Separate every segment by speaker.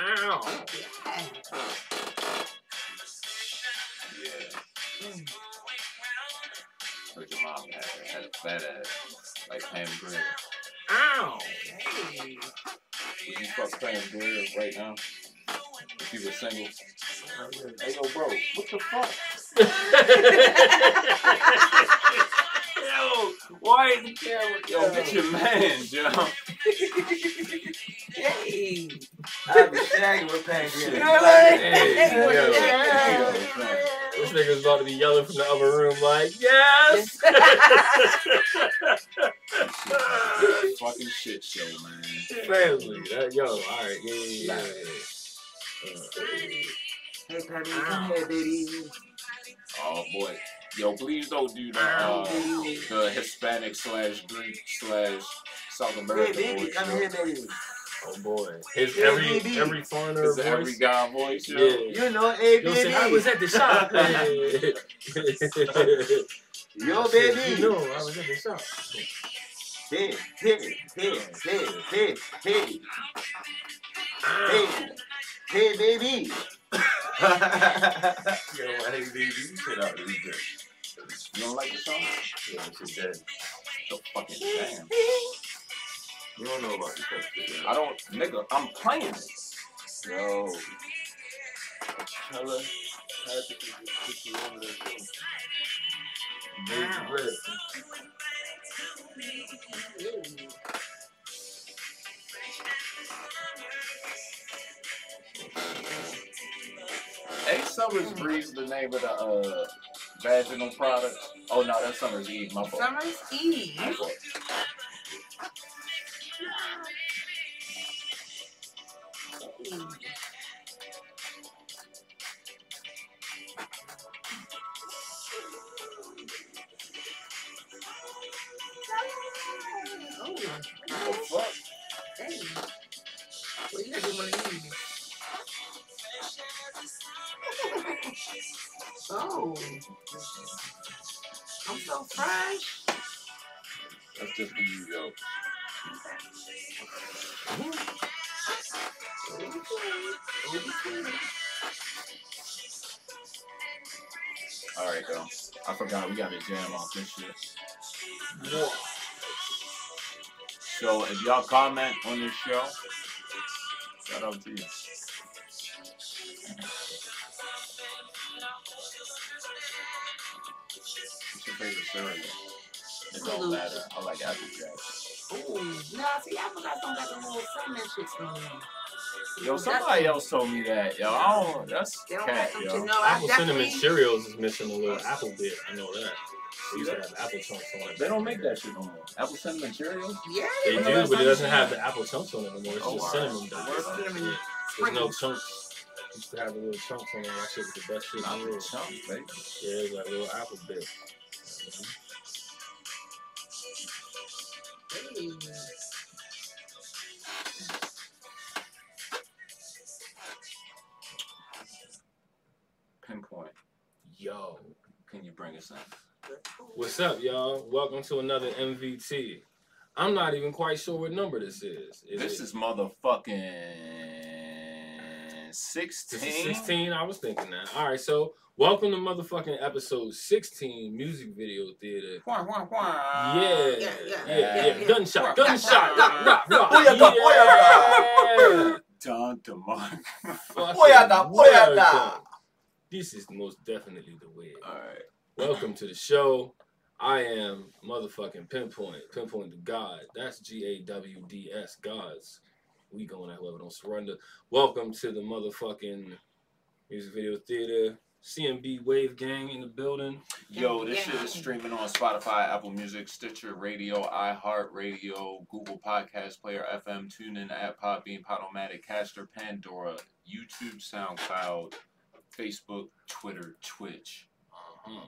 Speaker 1: Ow.
Speaker 2: Yeah. Like your mom had, had a fat ass. Like Pam Grier.
Speaker 1: Ow.
Speaker 3: Hey.
Speaker 2: Would you fuck Pam Grier right now? If you were single? Hey, yo, bro, what the fuck? Yo, why is the camera? Yo, get your man, Joe.
Speaker 3: Hey.
Speaker 4: I'd be shagging with Pancreas.
Speaker 3: You know what I'm saying?
Speaker 2: Hey, yo, yo,
Speaker 3: Yeah.
Speaker 1: This nigga's about to be yelling from the other room like, yes!
Speaker 2: yo. Fucking shit show, man.
Speaker 1: Family. That, yo, alright. Yeah, yeah, yeah. Uh,
Speaker 4: Hey, Pancreas, come here, baby.
Speaker 2: Oh boy. Yo, please don't do the uh, the Hispanic slash Greek slash South
Speaker 4: Hey,
Speaker 2: American
Speaker 4: baby,
Speaker 2: voice.
Speaker 4: come
Speaker 2: yo.
Speaker 4: here, baby.
Speaker 1: Oh boy. His every every foreigner
Speaker 2: It's
Speaker 1: voice.
Speaker 2: the every guy voice, yo.
Speaker 1: Yeah.
Speaker 4: You know, hey,
Speaker 1: Yo, say, I was
Speaker 4: baby.
Speaker 1: at the shop. Yo,
Speaker 4: Yo, baby.
Speaker 1: No, I was at the shop.
Speaker 4: Hey, hey, hey, hey, hey, hey. Hey, hey, baby.
Speaker 5: Yo, hey, baby, you shit out of this bitch.
Speaker 2: You don't like the song?
Speaker 5: Yo, she's dead.
Speaker 2: Yo, fucking damn.
Speaker 5: You don't know about this type of shit, yo.
Speaker 2: I don't, nigga. I'm playing it. Yo.
Speaker 5: Hella happy to get you over there, too.
Speaker 1: Wow.
Speaker 2: Hey, Summers Breeze, the name of the uh, vaginal product. Oh no, that's Summers Eve. My fault.
Speaker 3: Summer's Eve.
Speaker 2: My fault.
Speaker 3: Oh,
Speaker 2: The fuck?
Speaker 3: dang. Well, you gotta do one of these. Oh. I'm so fresh.
Speaker 2: That's just for you, yo. All right, though. I forgot we got to jam off this shit. So if y'all comment on this show, shout out to you. What's your favorite cereal? It
Speaker 3: Mm-hmm.
Speaker 2: don't matter. I like apple jack.
Speaker 3: Ooh, no, see, I forgot some got the little cinnamon shits on them.
Speaker 2: Yo, somebody else told me that. Yo, I don't. That's
Speaker 3: They don't
Speaker 2: cat,
Speaker 3: have them.
Speaker 2: yo.
Speaker 3: No, I
Speaker 1: Apple cinnamon
Speaker 3: definitely.
Speaker 1: cereals is missing a little apple bit. I know that. They used to
Speaker 2: that?
Speaker 1: have apple chunks on it.
Speaker 2: They don't make that shit no more. Apple cinnamon Cheerios.
Speaker 3: Yeah,
Speaker 1: They do,
Speaker 3: put those
Speaker 1: but it
Speaker 3: on
Speaker 1: doesn't
Speaker 3: there.
Speaker 1: have the apple chunks on it anymore. It's
Speaker 2: Oh,
Speaker 1: just
Speaker 2: wow.
Speaker 1: cinnamon dust.
Speaker 2: Where's
Speaker 3: the cinnamon?
Speaker 1: Yeah. There's no chunks. Used to have the little chunks on it. That shit was the best shit
Speaker 2: Not
Speaker 1: in the
Speaker 2: really
Speaker 1: world.
Speaker 2: chunks, baby.
Speaker 1: Yeah, it was like a little apple bit.
Speaker 2: Pinpoint.
Speaker 1: Yo.
Speaker 2: Can you bring us in?
Speaker 1: What's up, y'all? Welcome to another MVT. I'm not even quite sure what number this is. is
Speaker 2: This
Speaker 1: it-
Speaker 2: is motherfucking
Speaker 1: This
Speaker 2: 16.
Speaker 1: is 16. I was thinking that. All right, so welcome to motherfucking episode 16, music video theater.
Speaker 2: Wah, wah, wah.
Speaker 1: yeah,
Speaker 3: yeah, yeah,
Speaker 1: yeah,
Speaker 2: yeah.
Speaker 1: yeah. Gunshot,
Speaker 3: Yeah,
Speaker 1: gunshot.
Speaker 3: yeah,
Speaker 1: Rock, rock, rock.
Speaker 4: Booyaka,
Speaker 1: Yeah.
Speaker 2: Don DeMarco.
Speaker 1: Fucking
Speaker 4: Boyata, boyata.
Speaker 1: welcome. This is most definitely the way.
Speaker 2: Alright.
Speaker 1: Welcome to the show. I am motherfucking Pinpoint. Pinpoint to God. That's G A W D S. Gods. We going at whoever don't surrender. Welcome to the motherfucking music video theater. CMB Wave Gang in the building.
Speaker 2: Yo, this shit is streaming on Spotify, Apple Music, Stitcher Radio, iHeartRadio, Google Podcast Player, FM, TuneIn app, Podbean, Podomatic, Caster, Pandora, YouTube, SoundCloud, Facebook, Twitter, Twitch.
Speaker 1: Uh-huh.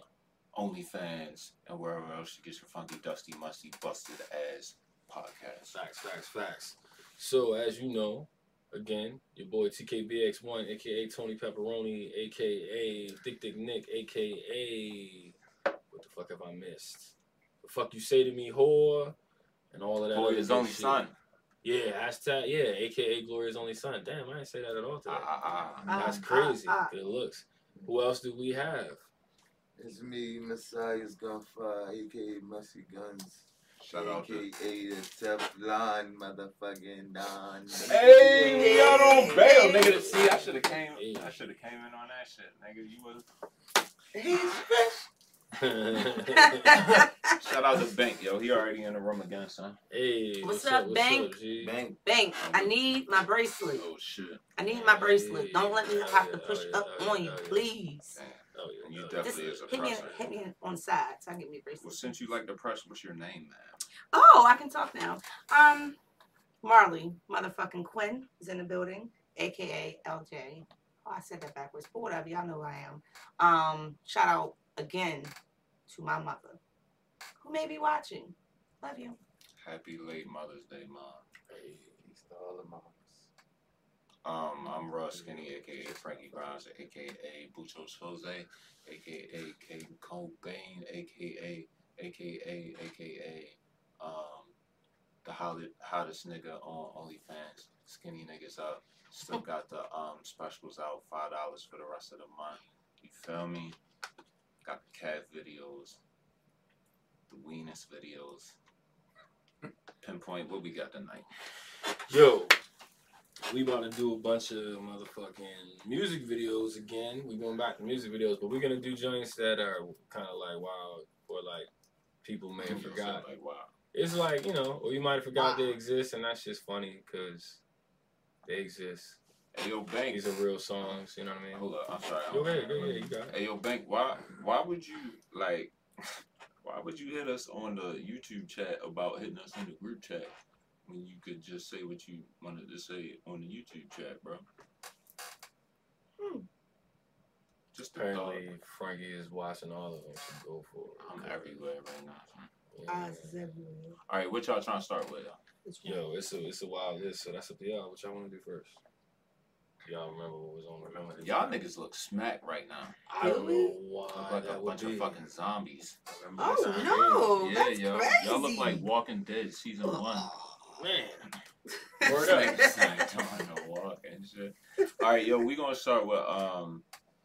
Speaker 2: OnlyFans, and wherever else you get your funky, dusty, musty, busted ass podcast.
Speaker 1: Facts, facts, facts. So as you know, again, your boy TKBX1, aka Tony Pepperoni, aka Dick Dick Nick, aka what the fuck have I missed? The fuck you say to me, whore, and all of that.
Speaker 2: Boy,
Speaker 1: other
Speaker 2: his
Speaker 1: good
Speaker 2: only
Speaker 1: shit.
Speaker 2: son.
Speaker 1: Yeah, hashtag yeah, aka Gloria's only son. Damn, I didn't say that at all today.
Speaker 2: Ah, ah, ah.
Speaker 1: That's
Speaker 6: Ah,
Speaker 1: crazy.
Speaker 6: ah,
Speaker 1: Good looks. Who else do we have?
Speaker 7: It's me, Messiah's Gunfire, aka Messy Guns,
Speaker 2: Shout out to
Speaker 7: aka the Teflon motherfucking Don.
Speaker 2: Hey, y'all don't bail, nigga. See, I should have came.
Speaker 1: Hey.
Speaker 2: I should have came in on that shit, nigga. You would have. Shout out to Bank, yo. He already in the room again, son.
Speaker 1: hey,
Speaker 6: What's up, Bank?
Speaker 1: G?
Speaker 7: Bang.
Speaker 6: Bank, I need my bracelet.
Speaker 2: Oh shit.
Speaker 6: I need my bracelet. Don't let me have to push up on you, please.
Speaker 1: Oh, yeah,
Speaker 2: You
Speaker 1: no,
Speaker 2: definitely-
Speaker 6: Just
Speaker 2: is a
Speaker 6: hit me,
Speaker 2: present.
Speaker 6: hit me on the side so I can get me a bracelet.
Speaker 2: Well, since you like the press, what's your name, man?
Speaker 6: Oh, I can talk now. Um, Marley, motherfucking Quinn is in the building, aka LJ. Oh, I said that backwards, but whatever. Y'all know who I am. Um, shout out again to my mother, who may be watching. Love you.
Speaker 2: Happy late Mother's Day, mom.
Speaker 1: hey,
Speaker 7: Peace to all the mamas.
Speaker 2: Um, I'm Russ Skinny, aka Frankie Grimes, aka Buchos Jose, aka K Cobain, aka aka aka um the hottest, hottest nigga on OnlyFans. Skinny niggas up. Still got the um specials out, five dollars for the rest of the month. You feel me? Got the cat videos, the weenus videos. Pinpoint what we got tonight.
Speaker 1: Yo, we about to do a bunch of motherfucking music videos again. We going back to music videos, but we're gonna do joints that are kind of like wild or like people may have forgot.
Speaker 2: Like, wow.
Speaker 1: It's like you know, or you might have forgot
Speaker 6: Wow.
Speaker 1: they exist, and that's just funny because they exist.
Speaker 2: Hey, yo, Banks.
Speaker 1: These are real songs, you know what I mean?
Speaker 2: Hold up, I'm sorry.
Speaker 1: Go ahead, go ahead, you got it.
Speaker 2: Hey yo, Bank, why why would you like why would you hit us on the YouTube chat about hitting us in the group chat when you could just say what you wanted to say on the YouTube chat, bro?
Speaker 6: Hmm.
Speaker 2: Just a thought.
Speaker 1: Apparently, Frankie is watching all of them. So go for it.
Speaker 2: I'm everywhere right now.
Speaker 6: Uh,
Speaker 1: Yeah.
Speaker 2: All right, what y'all trying to start with?
Speaker 1: Yo, it's a it's a wild list, so that's up to y'all. What y'all want to do first? Y'all remember what was on? Remember the-
Speaker 2: Y'all niggas look smack right now.
Speaker 1: I don't know why
Speaker 2: Look like
Speaker 1: that
Speaker 2: a
Speaker 1: would
Speaker 2: bunch
Speaker 1: be.
Speaker 2: of fucking zombies.
Speaker 6: Oh no,
Speaker 2: yeah,
Speaker 6: that's
Speaker 2: yo,
Speaker 6: crazy.
Speaker 2: y'all look like Walking Dead season one.
Speaker 1: man.
Speaker 2: Word up. Just like, Don't wanna walk and shit. All right, yo, we gonna start with um.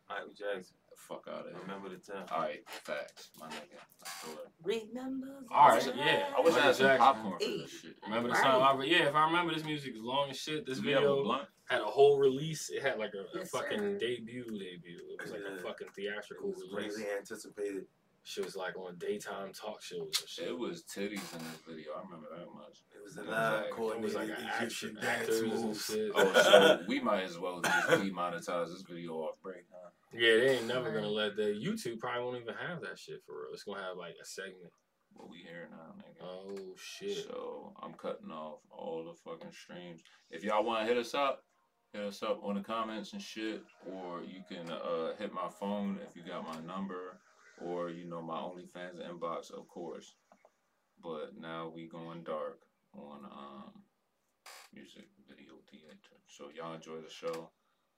Speaker 5: Michael Jackson.
Speaker 2: Fuck out of here.
Speaker 5: Remember the time.
Speaker 2: All right, facts, my nigga. I feel it.
Speaker 6: Remember.
Speaker 1: All right,
Speaker 6: the time.
Speaker 1: yeah,
Speaker 2: I wish I
Speaker 1: Michael
Speaker 2: had some
Speaker 1: Jackson.
Speaker 2: popcorn for this shit.
Speaker 1: Remember the
Speaker 6: Right.
Speaker 1: time? I re- yeah, if I remember, this music is long as shit. This
Speaker 2: Do we have a
Speaker 1: video
Speaker 2: blunt?
Speaker 1: had a whole release. It had like a, a
Speaker 6: Yes,
Speaker 1: fucking
Speaker 6: sir.
Speaker 1: debut debut. It was like a
Speaker 5: Yeah.
Speaker 1: fucking
Speaker 5: It
Speaker 1: theatrical
Speaker 5: was
Speaker 1: release.
Speaker 5: greatly anticipated.
Speaker 1: She was like on daytime talk shows and shit.
Speaker 2: It was titties in this video. I remember that much.
Speaker 5: It was an
Speaker 2: It was like-
Speaker 5: live
Speaker 1: It was
Speaker 5: coordinated
Speaker 1: like an
Speaker 5: Egyptian
Speaker 1: action
Speaker 5: dance
Speaker 1: actors and
Speaker 5: moves.
Speaker 1: shit.
Speaker 2: Oh, so we might as well just demonetize this video off break, huh?
Speaker 1: Yeah, they ain't never gonna let that. YouTube probably won't even have that shit for real. It's gonna have like a segment.
Speaker 2: What we hearing now, nigga?
Speaker 1: Oh shit.
Speaker 2: So I'm cutting off all the fucking streams. If y'all want to hit us up, hit us up on the comments and shit, or you can uh, hit my phone if you got my number, or you know my OnlyFans inbox, of course. But now we going dark on um, music video theater. So y'all enjoy the show,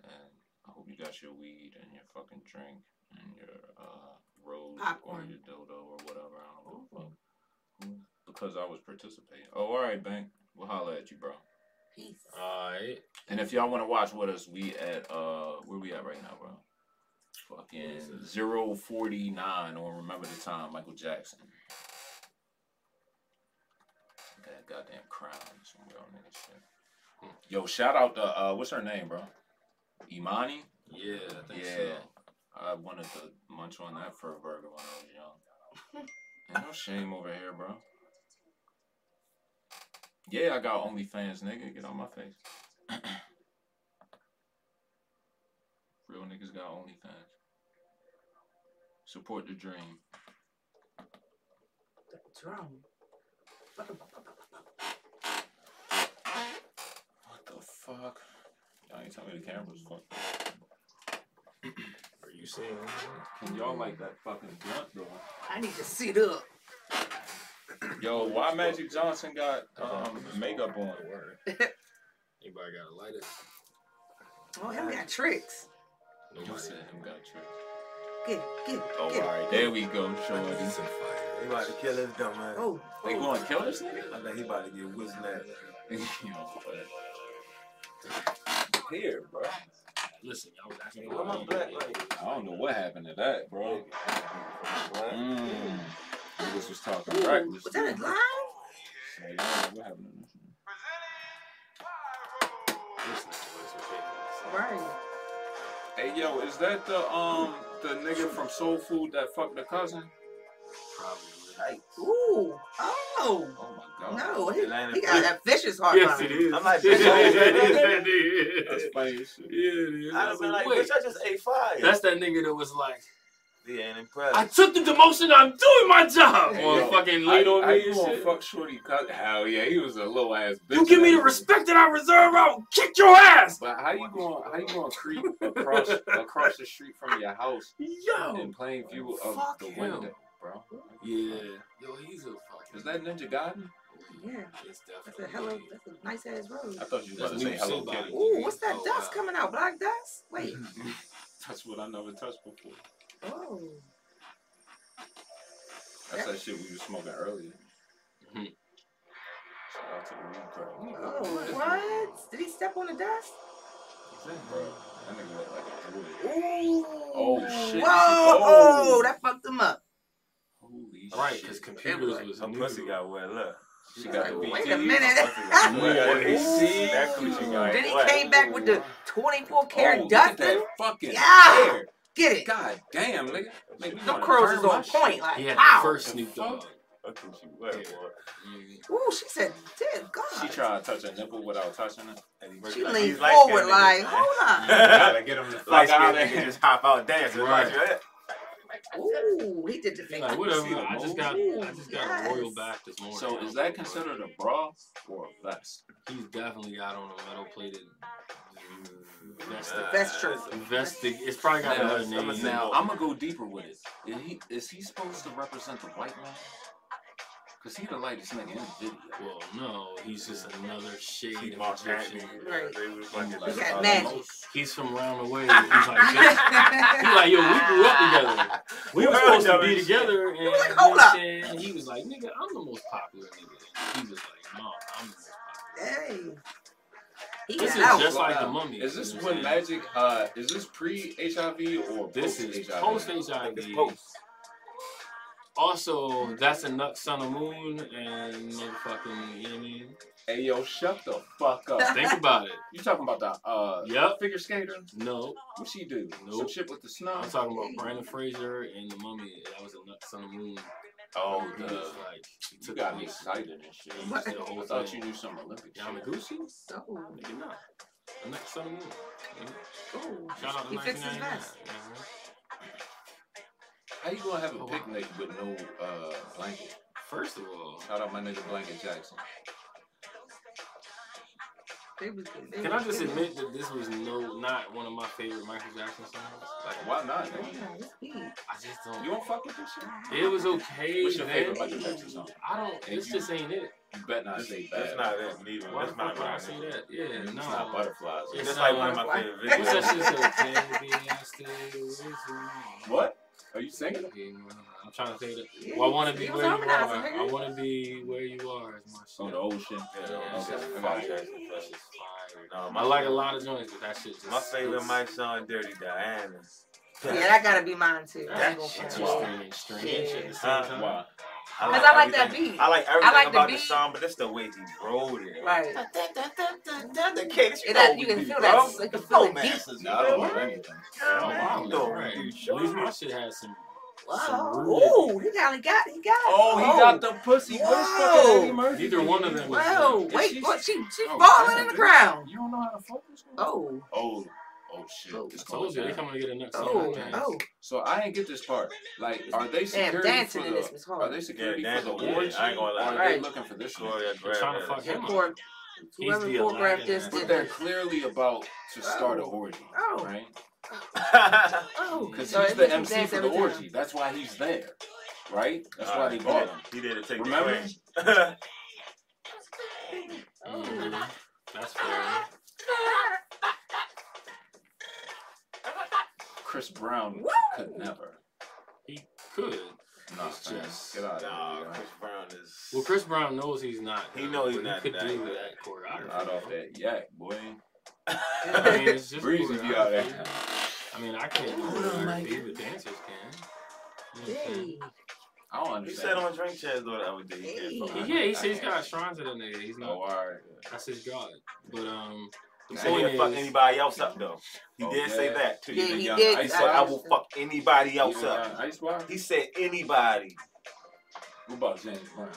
Speaker 2: and I hope you got your weed and your fucking drink and your uh, rose or
Speaker 6: Popcorn.
Speaker 2: your dildo or whatever. I don't know. Fuck because I was participating. Oh, all right, Bank. We'll holler at you, bro.
Speaker 6: Peace.
Speaker 1: Alright.
Speaker 2: And if y'all want to watch with us, we at uh where we at right now, bro? Fucking zero forty nine on Remember the Time, Michael Jackson. That goddamn crown, some real nigga shit. Yo, shout out to uh what's her name, bro? Imani.
Speaker 1: Yeah, I think
Speaker 2: Yeah. I wanted to munch on that for a burger when I was young. Ain't no shame over here, bro. Yeah, I got OnlyFans, nigga. Get out my face. Real niggas got OnlyFans. Support the dream.
Speaker 6: The drum.
Speaker 2: What the fuck? Y'all ain't tell me the camera's fucked.
Speaker 1: so. Are you seeing him?
Speaker 2: Can y'all like that fucking blunt, though?
Speaker 6: I need to sit up.
Speaker 2: Yo, why Magic Johnson got um, makeup on?
Speaker 1: Word. Anybody got a lighter?
Speaker 6: Oh, him got tricks.
Speaker 2: You
Speaker 1: Nobody.
Speaker 2: said him got tricked.
Speaker 6: Get, get,
Speaker 2: Oh, all
Speaker 6: get.
Speaker 2: right. There we go, shorty.
Speaker 5: He about to kill his dumb ass.
Speaker 6: Oh,
Speaker 2: They
Speaker 6: oh.
Speaker 2: going to kill this nigga?
Speaker 5: I think he about to get whizzed at. Here, bro.
Speaker 1: Listen, y'all was asking
Speaker 5: Where my black light?
Speaker 2: I don't know what happened to that, bro.
Speaker 5: Black?
Speaker 2: Mm. Niggas was talking
Speaker 6: Oh. Ooh,
Speaker 2: reckless.
Speaker 6: was that a live?
Speaker 2: Like, yeah, what happened to this?
Speaker 6: Right.
Speaker 2: Hey yo, is that the um the nigga from Soul Food that fucked the cousin?
Speaker 1: Probably.
Speaker 6: Ooh. Oh.
Speaker 2: Oh my god.
Speaker 6: No, he,
Speaker 5: Atlanta
Speaker 6: he got that vicious heart.
Speaker 1: Yes, it is.
Speaker 5: I'm like,
Speaker 1: it is.
Speaker 5: bitch,
Speaker 1: It
Speaker 2: That's
Speaker 1: is.
Speaker 2: funny as shit.
Speaker 1: Yeah, it is.
Speaker 5: I'd have been like, bitch, I just ate five.
Speaker 1: That's that nigga that was like,
Speaker 5: the
Speaker 1: I
Speaker 5: unimpressed.
Speaker 1: took the demotion, I'm doing my job.
Speaker 2: Hey,
Speaker 1: Or
Speaker 2: yo,
Speaker 1: fucking
Speaker 2: I,
Speaker 1: lean on
Speaker 2: I,
Speaker 1: me
Speaker 2: you
Speaker 1: and
Speaker 2: gonna
Speaker 1: shit.
Speaker 2: fuck Shorty cousin? Hell yeah, he was a low ass bitch.
Speaker 1: You give me the
Speaker 2: That nigga.
Speaker 1: respect that I reserve, I'll kick your ass.
Speaker 2: But how you going? How you going to creep across across the street from your house
Speaker 1: Yo.
Speaker 2: in plain view of
Speaker 1: fuck
Speaker 2: the
Speaker 1: him.
Speaker 2: window, bro?
Speaker 1: Yeah. Yo, he's a fucking.
Speaker 2: Is that Ninja Garden?
Speaker 6: Yeah,
Speaker 1: It's
Speaker 6: that's
Speaker 1: definitely.
Speaker 6: a hello. That's a nice ass road.
Speaker 2: I thought you was
Speaker 1: That's
Speaker 2: about to say
Speaker 1: Noob
Speaker 2: Hello
Speaker 1: Saibot.
Speaker 2: Kitty.
Speaker 6: Ooh, what's that
Speaker 1: Oh,
Speaker 6: dust
Speaker 1: wow.
Speaker 6: coming out? Black dust? Wait.
Speaker 2: That's what I never touched before. Mm-hmm.
Speaker 6: Oh.
Speaker 2: That's that shit we was smoking earlier.
Speaker 1: Mhm.
Speaker 2: Shout out to the weed crowd.
Speaker 6: Oh. What? Did he step on the dust?
Speaker 2: Bro, that nigga look like a druid.
Speaker 6: Ooh.
Speaker 2: Oh, shit.
Speaker 6: Whoa!
Speaker 2: Oh.
Speaker 6: that fucked him up.
Speaker 2: Holy
Speaker 1: Right,
Speaker 2: shit.
Speaker 1: because computers was
Speaker 5: Her
Speaker 1: new.
Speaker 5: pussy got wet. Look.
Speaker 2: She got the
Speaker 6: Wait
Speaker 2: BT.
Speaker 6: a minute.
Speaker 5: Pussy got wet.
Speaker 2: Ooh.
Speaker 5: That coochie got
Speaker 6: Then he
Speaker 5: wet.
Speaker 6: came back with the 24
Speaker 2: Oh,
Speaker 6: karat
Speaker 2: look
Speaker 6: dust.
Speaker 2: at that
Speaker 6: in?
Speaker 2: fucking
Speaker 6: Yeah.
Speaker 2: hair.
Speaker 6: Get it.
Speaker 2: God damn, nigga. Make me
Speaker 6: Them
Speaker 2: wanna
Speaker 6: curls
Speaker 2: burn
Speaker 6: is
Speaker 2: my
Speaker 6: on
Speaker 2: shit.
Speaker 6: point. Like,
Speaker 1: He had
Speaker 6: wow.
Speaker 1: the first Snoop Dogg.
Speaker 5: Her coochie wet, boy.
Speaker 1: Mhm.
Speaker 6: Ooh, she said, dear God.
Speaker 2: She tried to touch a nipple without touching it.
Speaker 5: And he
Speaker 6: She
Speaker 5: looked
Speaker 6: leaned
Speaker 5: he's light-skinned
Speaker 6: forward
Speaker 5: nigga,
Speaker 6: like,
Speaker 5: man.
Speaker 6: hold on.
Speaker 2: Gotta get him the fuck
Speaker 5: Light skinned
Speaker 2: out of
Speaker 5: nigga
Speaker 2: here.
Speaker 5: just hop out dancing. Like,
Speaker 1: Right.
Speaker 6: Ooh, he did the
Speaker 1: He
Speaker 6: thing.
Speaker 1: Like
Speaker 2: See
Speaker 1: whatever.
Speaker 2: the
Speaker 1: I just
Speaker 2: mold?
Speaker 1: got. I just got
Speaker 6: Yes.
Speaker 1: a Royal Baptist moment.
Speaker 2: So is that considered a bra or a vest?
Speaker 1: He's definitely out on a metal plated. Vest.
Speaker 5: Nah,
Speaker 6: best shirt.
Speaker 5: that's-
Speaker 1: Investig- it's probably got another
Speaker 5: Now,
Speaker 1: name.
Speaker 5: I'ma say-
Speaker 2: Now I'm gonna go deeper with it. Is he is he supposed to represent the white man? Cause he the lightest nigga in the video.
Speaker 1: well, no, he's just another shade
Speaker 5: He
Speaker 1: of
Speaker 5: marked that
Speaker 1: Egyptian.
Speaker 5: nigga.
Speaker 6: Right.
Speaker 5: They was fucking
Speaker 2: He
Speaker 5: like,
Speaker 6: got
Speaker 5: uh,
Speaker 6: magic.
Speaker 1: He's from round the way. He's like, this. he's like, yo, we grew up together. We were supposed to be together, and you know
Speaker 6: like,
Speaker 1: what
Speaker 6: "Hold up."
Speaker 1: I'm saying? he was like, nigga, I'm the most popular nigga. And he was like, no, I'm the most popular.
Speaker 6: Hey. He
Speaker 1: This
Speaker 6: got
Speaker 1: is
Speaker 6: out.
Speaker 1: just like the
Speaker 2: Wow.
Speaker 1: mummy.
Speaker 2: Is this
Speaker 1: you know
Speaker 2: when
Speaker 1: what I'm saying?
Speaker 2: magic? Uh, is this pre HIV or
Speaker 1: This
Speaker 2: post
Speaker 1: is
Speaker 2: HIV?
Speaker 1: post
Speaker 5: I think
Speaker 1: HIV.
Speaker 5: it's post.
Speaker 1: Also, that's a Nut Sun and Moon and motherfucking, you know what I mean?
Speaker 2: Hey yo, shut the fuck up.
Speaker 1: Think about it.
Speaker 2: you talking about the uh
Speaker 1: Yep.
Speaker 2: figure skater?
Speaker 1: No,
Speaker 2: What she do? Some
Speaker 1: Nope.
Speaker 2: shit with the snow.
Speaker 1: I'm talking about Brandon Fraser and the mummy. That was a Nut Sun and Moon.
Speaker 2: Oh,
Speaker 1: He was
Speaker 2: the
Speaker 1: like, he
Speaker 2: you
Speaker 1: took
Speaker 2: got
Speaker 1: the
Speaker 2: me
Speaker 1: lead.
Speaker 2: excited and shit.
Speaker 1: He did the
Speaker 2: I
Speaker 1: whole
Speaker 2: thought you
Speaker 1: thing.
Speaker 2: knew some Olympic shit.
Speaker 1: Yamaguchi?
Speaker 6: So,
Speaker 1: Nigga, no. A Nut Sun and Moon. you know?
Speaker 6: ooh.
Speaker 1: Shout out to
Speaker 6: He fixed his
Speaker 1: 1999.
Speaker 6: vest.
Speaker 1: Uh-huh.
Speaker 2: How you gonna
Speaker 1: Oh,
Speaker 2: have a picnic with no uh blanket?
Speaker 1: First of all,
Speaker 2: Shout out my nigga Blanket Jackson.
Speaker 6: They was, they
Speaker 1: can
Speaker 6: was
Speaker 1: I just
Speaker 6: good.
Speaker 1: admit that this was no not one of my favorite Michael Jackson songs? Like,
Speaker 2: Like, why not? nigga?
Speaker 6: Yeah, it's deep.
Speaker 1: I just don't.
Speaker 2: You don't fuck with this shit.
Speaker 1: It was okay.
Speaker 2: What's your
Speaker 1: man.
Speaker 2: favorite Michael Jackson song?
Speaker 1: I don't. This
Speaker 2: you-
Speaker 1: just ain't it.
Speaker 2: You better not say bad.
Speaker 5: That's not it. Neither.
Speaker 1: Why the
Speaker 5: That's
Speaker 1: fuck
Speaker 5: not
Speaker 1: would
Speaker 5: what I
Speaker 1: I say
Speaker 5: said.
Speaker 1: that? Yeah,
Speaker 2: It's
Speaker 1: no.
Speaker 2: not butterflies.
Speaker 1: It's
Speaker 5: That's
Speaker 1: not
Speaker 5: like one of my favorite
Speaker 1: It's
Speaker 5: videos.
Speaker 1: such as a baby, I still is wrong.
Speaker 2: What? Are you singing?
Speaker 1: I'm trying to say that.
Speaker 6: Yeah,
Speaker 1: Well, I want to
Speaker 6: he
Speaker 1: be
Speaker 6: was
Speaker 1: where you
Speaker 6: harmonizing,
Speaker 1: are.
Speaker 6: nigga.
Speaker 1: I want to be where you are. Is my shit.
Speaker 2: On Oh, the ocean.
Speaker 5: Yeah,
Speaker 1: okay.
Speaker 5: okay. I got
Speaker 2: Fire.
Speaker 5: you.
Speaker 1: That shit's fire.
Speaker 5: No, my-
Speaker 1: I like a lot of joints, but that shit just.
Speaker 5: My favorite
Speaker 1: it's-
Speaker 5: Mike song, Dirty Diana.
Speaker 6: Yeah, that gotta be mine too.
Speaker 5: That
Speaker 6: Because
Speaker 5: shit
Speaker 1: It's
Speaker 5: was
Speaker 1: just
Speaker 2: Wow.
Speaker 1: strange, strange at the same
Speaker 5: Uh,
Speaker 1: time.
Speaker 2: Why?
Speaker 5: I
Speaker 6: I like that
Speaker 5: everything-
Speaker 6: beat.
Speaker 5: I like everything
Speaker 6: I like the
Speaker 5: about
Speaker 6: beat.
Speaker 5: the song, but it's the way he wrote it.
Speaker 6: Right.
Speaker 5: Case,
Speaker 6: It, that, you can feel that. You can feel it deep.
Speaker 2: No, Oh, I don't know anything.
Speaker 1: Oh, wow,
Speaker 5: You know,
Speaker 1: right.
Speaker 5: dude,
Speaker 1: At least my shit has some.
Speaker 6: Wow. Ooh, he got, he got, he got. it.
Speaker 2: Oh, he got the pussy. What is fucking Eddie
Speaker 6: Whoa.
Speaker 2: Murphy?
Speaker 1: Neither one of them.
Speaker 6: Whoa,
Speaker 1: Is,
Speaker 6: wait,
Speaker 2: she's-
Speaker 6: what? She, she
Speaker 2: Oh,
Speaker 6: falling
Speaker 2: damn,
Speaker 6: in the
Speaker 2: bitch.
Speaker 6: ground.
Speaker 2: You don't know how to focus. man?
Speaker 6: Oh,
Speaker 2: Oh, oh shit.
Speaker 6: Oh,
Speaker 2: It's
Speaker 1: I told you
Speaker 2: going
Speaker 1: they
Speaker 2: down.
Speaker 1: coming to get a next
Speaker 6: oh,
Speaker 1: man.
Speaker 6: oh.
Speaker 2: So I ain't get this part. Like, are they
Speaker 6: Damn,
Speaker 2: security
Speaker 6: dancing
Speaker 2: for
Speaker 6: in this
Speaker 2: the?
Speaker 6: was
Speaker 2: Are
Speaker 1: Oh,
Speaker 6: hard.
Speaker 2: they security
Speaker 5: Yeah,
Speaker 2: for the
Speaker 5: dancing,
Speaker 2: war?
Speaker 5: yeah, I ain't gonna lie.
Speaker 2: Or are they
Speaker 6: Right.
Speaker 2: looking for this one?
Speaker 5: Gloria
Speaker 1: They're trying to
Speaker 5: Graham.
Speaker 1: fuck him up.
Speaker 6: Chore- Whoever
Speaker 1: the
Speaker 6: choreographed
Speaker 1: Aladdin.
Speaker 6: this
Speaker 2: But
Speaker 6: did
Speaker 2: they're
Speaker 6: this.
Speaker 2: clearly about to start an
Speaker 6: Oh.
Speaker 2: orgy,
Speaker 6: Oh.
Speaker 2: right?
Speaker 6: Oh,
Speaker 2: Because
Speaker 6: so
Speaker 2: he's
Speaker 6: it
Speaker 2: the
Speaker 6: makes him
Speaker 2: MC
Speaker 6: dance
Speaker 2: for the
Speaker 6: every time.
Speaker 2: orgy. That's why he's there, right? That's
Speaker 5: Uh,
Speaker 2: why they
Speaker 5: he
Speaker 2: bought
Speaker 5: did-
Speaker 2: him.
Speaker 5: He did it. Take
Speaker 2: Remember?
Speaker 5: the queen.
Speaker 6: oh.
Speaker 1: Mhm. That's fair.
Speaker 2: Chris Brown could never.
Speaker 1: He could.
Speaker 2: Nah,
Speaker 1: It's
Speaker 2: man.
Speaker 1: just-
Speaker 2: get out of
Speaker 5: Nah,
Speaker 2: here.
Speaker 5: Chris Brown is.
Speaker 1: Well, Chris Brown knows he's not.
Speaker 5: He know he's
Speaker 1: but
Speaker 5: not
Speaker 1: He could
Speaker 5: that.
Speaker 1: do that choreography.
Speaker 2: Not off that yak, boy.
Speaker 1: I mean, it's just
Speaker 2: Breezy be
Speaker 1: choreography.
Speaker 2: out there.
Speaker 1: I mean, I can't do choreography, but dancers can. You know what I'm saying?
Speaker 6: Hey.
Speaker 2: I don't
Speaker 5: he said
Speaker 2: understand.
Speaker 5: on Drink Chats though the other day. He can't fuck.
Speaker 1: Yeah, he said he's got shrines in that nigga. He's
Speaker 2: Oh,
Speaker 1: not.
Speaker 2: all right.
Speaker 1: That's his god. But um, the
Speaker 5: He said he
Speaker 1: point
Speaker 5: would fuck
Speaker 1: is,
Speaker 5: anybody else up though. He
Speaker 2: Oh,
Speaker 5: did say
Speaker 2: yeah.
Speaker 5: that too.
Speaker 6: Yeah,
Speaker 5: He
Speaker 6: he
Speaker 2: young
Speaker 6: did.
Speaker 2: Ice
Speaker 5: said, I
Speaker 2: Ice?
Speaker 5: will fuck anybody else
Speaker 2: Even
Speaker 5: up.
Speaker 2: got Ice Wire?
Speaker 5: He said anybody.
Speaker 2: What about James Brown?